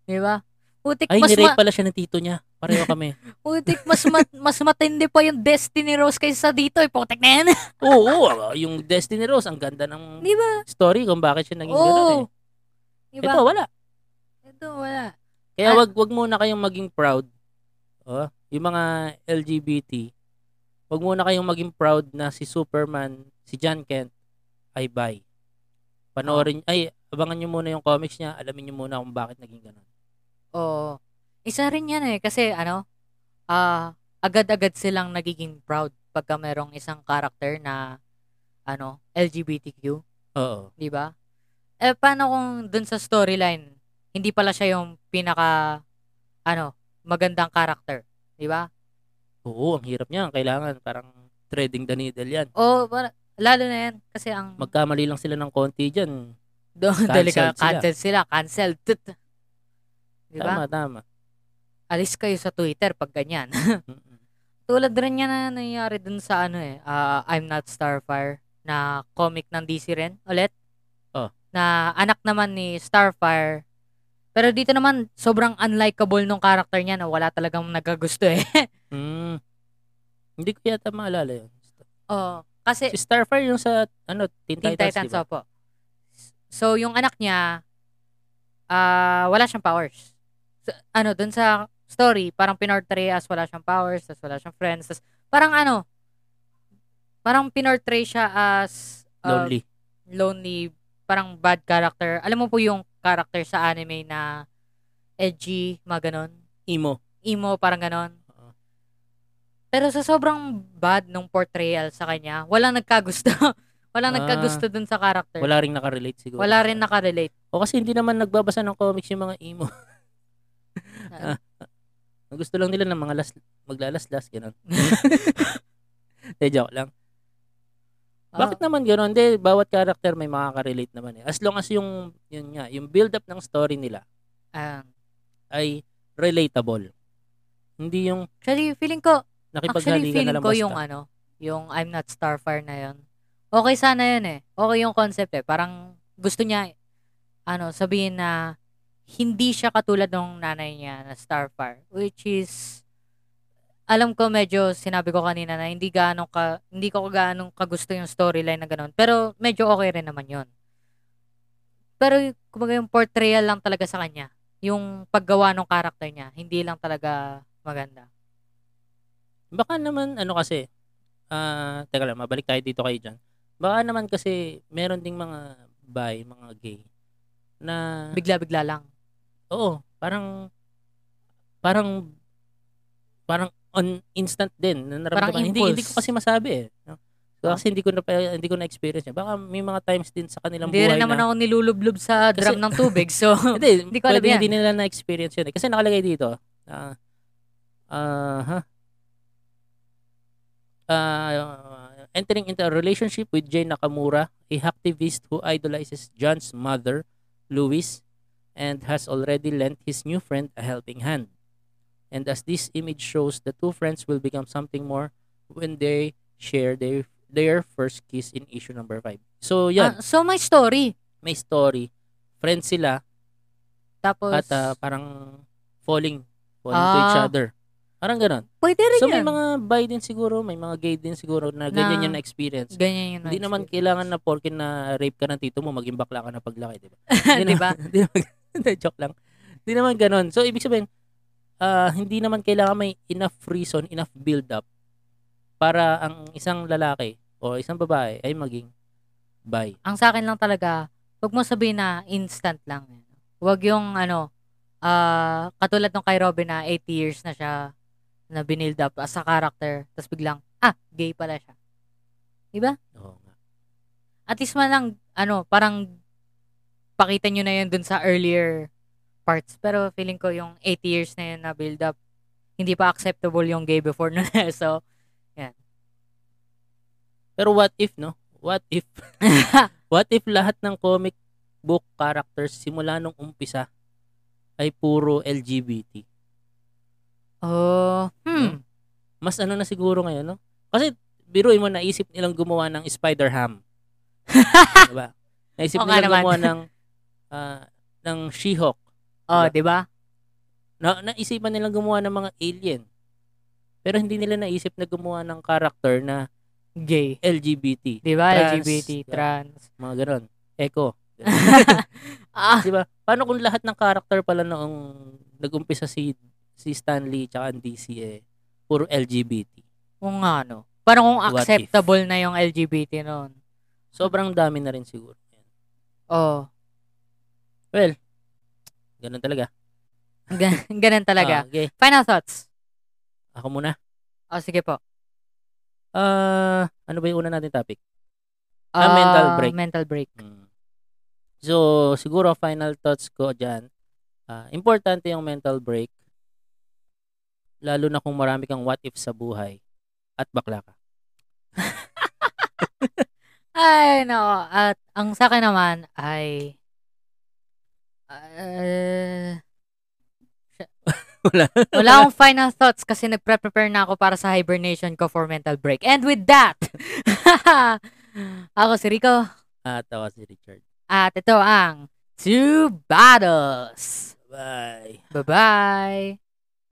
Speaker 1: Diba? Putik,
Speaker 2: Ay,
Speaker 1: mas ma-
Speaker 2: nirape pala siya ng tito niya. Pareho kami.
Speaker 1: Putik, mas, mat, mas matindi pa yung Destiny Rose kaysa dito. Eh, putik na yan.
Speaker 2: Oo, oo, ah, yung Destiny Rose, ang ganda ng
Speaker 1: Di ba?
Speaker 2: story kung bakit siya naging ganun
Speaker 1: Oo.
Speaker 2: eh.
Speaker 1: Di
Speaker 2: Ito,
Speaker 1: ba?
Speaker 2: wala.
Speaker 1: Ito, wala.
Speaker 2: Kaya
Speaker 1: Ah.
Speaker 2: wag, wag muna kayong maging proud. Oh, yung mga LGBT, wag muna kayong maging proud na si Superman, si John Kent, ay bi. Panoorin,
Speaker 1: Ah.
Speaker 2: ay, abangan nyo muna yung comics niya, alamin nyo muna kung bakit naging ganun.
Speaker 1: Oo. Isa rin yan eh. Kasi ano, ah agad-agad silang nagiging proud pagka merong isang character na ano, LGBTQ.
Speaker 2: Oo.
Speaker 1: Di ba? Eh, paano kung dun sa storyline, hindi pala siya yung pinaka, ano, magandang character. Di ba?
Speaker 2: Oo, ang hirap niya. Kailangan parang threading the needle yan.
Speaker 1: O, para- lalo na yan. Kasi ang...
Speaker 2: Magkamali lang sila ng konti dyan.
Speaker 1: Do,
Speaker 2: Cancelled
Speaker 1: talaga,
Speaker 2: sila.
Speaker 1: cancel sila. Cancel. Tut. Di ba?
Speaker 2: Tama, tama.
Speaker 1: Alis kayo sa Twitter pag ganyan.
Speaker 2: Mm-mm.
Speaker 1: Tulad rin yan na nangyari dun sa ano eh, ah, I'm Not Starfire na comic ng DC rin ulit.
Speaker 2: Oh.
Speaker 1: Na anak naman ni Starfire. Pero dito naman, sobrang unlikable nung character niya na wala talagang nagagusto eh.
Speaker 2: Mm. Hindi ko yata maalala yun.
Speaker 1: Oo. Oh, Kasi
Speaker 2: Si Starfire yung sa ano, Teen,
Speaker 1: Eh, Teen
Speaker 2: Titans,
Speaker 1: Titans, oh.
Speaker 2: diba?
Speaker 1: opo. So, yung anak niya, ah wala siyang powers. So, ano, dun sa story, parang pinortray as wala siyang powers, as wala siyang friends, as parang ano, parang pinortray siya as ah,
Speaker 2: Lonely.
Speaker 1: lonely, parang bad character. Alam mo po yung character sa anime na edgy, mga ganon.
Speaker 2: Emo.
Speaker 1: Emo, parang ganon.
Speaker 2: Oo.
Speaker 1: Pero sa sobrang bad nung portrayal sa kanya, walang nagkagusto. Walang
Speaker 2: Ah.
Speaker 1: nagkagusto dun sa character. Wala,
Speaker 2: Wala rin nakarelate siguro.
Speaker 1: rin nakarelate.
Speaker 2: O kasi hindi naman nagbabasa ng comics yung mga emo. Ah, Gusto lang nila ng mga las, maglalaslas, gano'n. De, joke lang. Bakit
Speaker 1: Oo.
Speaker 2: naman gano'n? Hindi, bawat character may makaka-relate naman eh. As long as yung, yun nga, yung build-up ng story nila
Speaker 1: Ah.
Speaker 2: ay relatable. Hindi yung
Speaker 1: actually, feeling ko, actually,
Speaker 2: nakipaghalikan na
Speaker 1: feeling
Speaker 2: lang
Speaker 1: ko
Speaker 2: basta.
Speaker 1: yung ano, yung I'm Not Starfire na yun. Okay sana yun eh. Okay yung concept eh. Parang gusto niya, ano, sabihin na hindi siya katulad ng nanay niya na Starfire. Which is, alam ko medyo sinabi ko kanina na hindi gaano ka hindi ko gaano kagusto yung storyline na ganun. Pero medyo okay rin naman 'yon. Pero y- kumbaga yung portrayal lang talaga sa kanya, yung paggawa ng character niya, hindi lang talaga maganda.
Speaker 2: Baka naman, ano kasi, ah, teka lang, mabalik tayo dito kay John. Baka naman kasi, meron ding mga bi, mga gay, na,
Speaker 1: Bigla-bigla lang.
Speaker 2: oo, parang, parang, parang on instant din, na naramdaman. Hindi, hindi ko
Speaker 1: impulse.
Speaker 2: kasi masabi eh. No? So,
Speaker 1: Ah.
Speaker 2: kasi hindi ko na hindi ko na experience niya. Baka may mga times din sa kanilang
Speaker 1: Hindi
Speaker 2: buhay
Speaker 1: rin naman
Speaker 2: na,
Speaker 1: ako nilulublob sa
Speaker 2: Kasi-
Speaker 1: drum ng tubig. So,
Speaker 2: hindi,
Speaker 1: Hindi ko alam
Speaker 2: pwede
Speaker 1: yan.
Speaker 2: hindi nila na-experience yun. eh. Kasi nakalagay dito, ah, ah, ha? Ah, entering into a relationship with Jay Nakamura, a hacktivist who idolizes John's mother, Louise, and has already lent his new friend a helping hand. And as this image shows, the two friends will become something more when they share their their first kiss in issue number 5. So,
Speaker 1: ah,
Speaker 2: yan.
Speaker 1: so may story.
Speaker 2: may story. Friends sila,
Speaker 1: Tapos,
Speaker 2: at ah, parang falling falling
Speaker 1: Ah.
Speaker 2: to each other. Parang ganun.
Speaker 1: pwede rin
Speaker 2: So may
Speaker 1: yan.
Speaker 2: mga bi din siguro, may mga gay din siguro na
Speaker 1: Na-
Speaker 2: ganyan yung na-experience.
Speaker 1: Ganyan yun.
Speaker 2: Hindi naman kailangan na porke na rape ka ng tito mo, maging bakla ka na paglaki, di ba?
Speaker 1: Di ba?
Speaker 2: Hindi naman, hindi, joke lang. Hindi naman ganun. So ibig sabihin, ah, hindi naman kailangan may enough reason, enough build-up para ang isang lalaki o isang babae ay maging bi.
Speaker 1: ang sa akin lang talaga, huwag mo sabihin na instant lang. Huwag yung ano, ah, katulad nung kay Robin na 80 years na siya na binild up as a character, tapos biglang, ah, gay pala siya.
Speaker 2: Oo nga.
Speaker 1: At least man lang, ano, parang pakita nyo na yun dun sa earlier parts. Pero feeling ko yung 80 years na yun na build up, hindi pa acceptable yung gay before nun. so,
Speaker 2: Pero what if, no? What if What if lahat ng comic book characters simula nung umpisa ay puro LGBT?
Speaker 1: oh, hmm.
Speaker 2: Mas ano na siguro ngayon, no? Kasi biruin mo naisip nilang gumawa ng Spider-Ham. diba? Naisip
Speaker 1: Oo nga
Speaker 2: nilang
Speaker 1: naman.
Speaker 2: gumawa ng ah, ng She-Hulk.
Speaker 1: Oh, di ba?
Speaker 2: Na, naisipan nilang gumawa ng mga alien. Pero hindi nila naisip na gumawa ng character na
Speaker 1: Gay.
Speaker 2: LGBT.
Speaker 1: Di ba?
Speaker 2: Trans.
Speaker 1: LGBT, trans.
Speaker 2: Mga ganon. Echo.
Speaker 1: ah,
Speaker 2: Paano kung lahat ng character pala noong nag-umpisa si si Stanley tsaka ang DC eh, puro LGBT.
Speaker 1: Oo nga, no? Parang kung
Speaker 2: ano, What if?
Speaker 1: acceptable na yung LGBT noon.
Speaker 2: Sobrang dami na rin siguro.
Speaker 1: Oo.
Speaker 2: Ganun talaga.
Speaker 1: Gan- ganun talaga.
Speaker 2: Ah, okay.
Speaker 1: Final thoughts?
Speaker 2: Ako muna.
Speaker 1: O, sige po.
Speaker 2: Ah, ano ba yung una natin topic?
Speaker 1: Ah,
Speaker 2: Ah, mental break.
Speaker 1: Mental break.
Speaker 2: Mm. So, siguro final thoughts ko dyan. ah, importante yung mental break. Lalo na kung marami kang what if sa buhay at bakla ka.
Speaker 1: Ay, nako. At ang sa akin naman ay... ah,
Speaker 2: Wala.
Speaker 1: wala akong final thoughts kasi nagpre-prepare na ako para sa hibernation ko for mental break. And with that, ako si Rico
Speaker 2: At ako Ah, si Richard.
Speaker 1: at ito ang Two Battles.
Speaker 2: Bye.
Speaker 1: Bye-bye!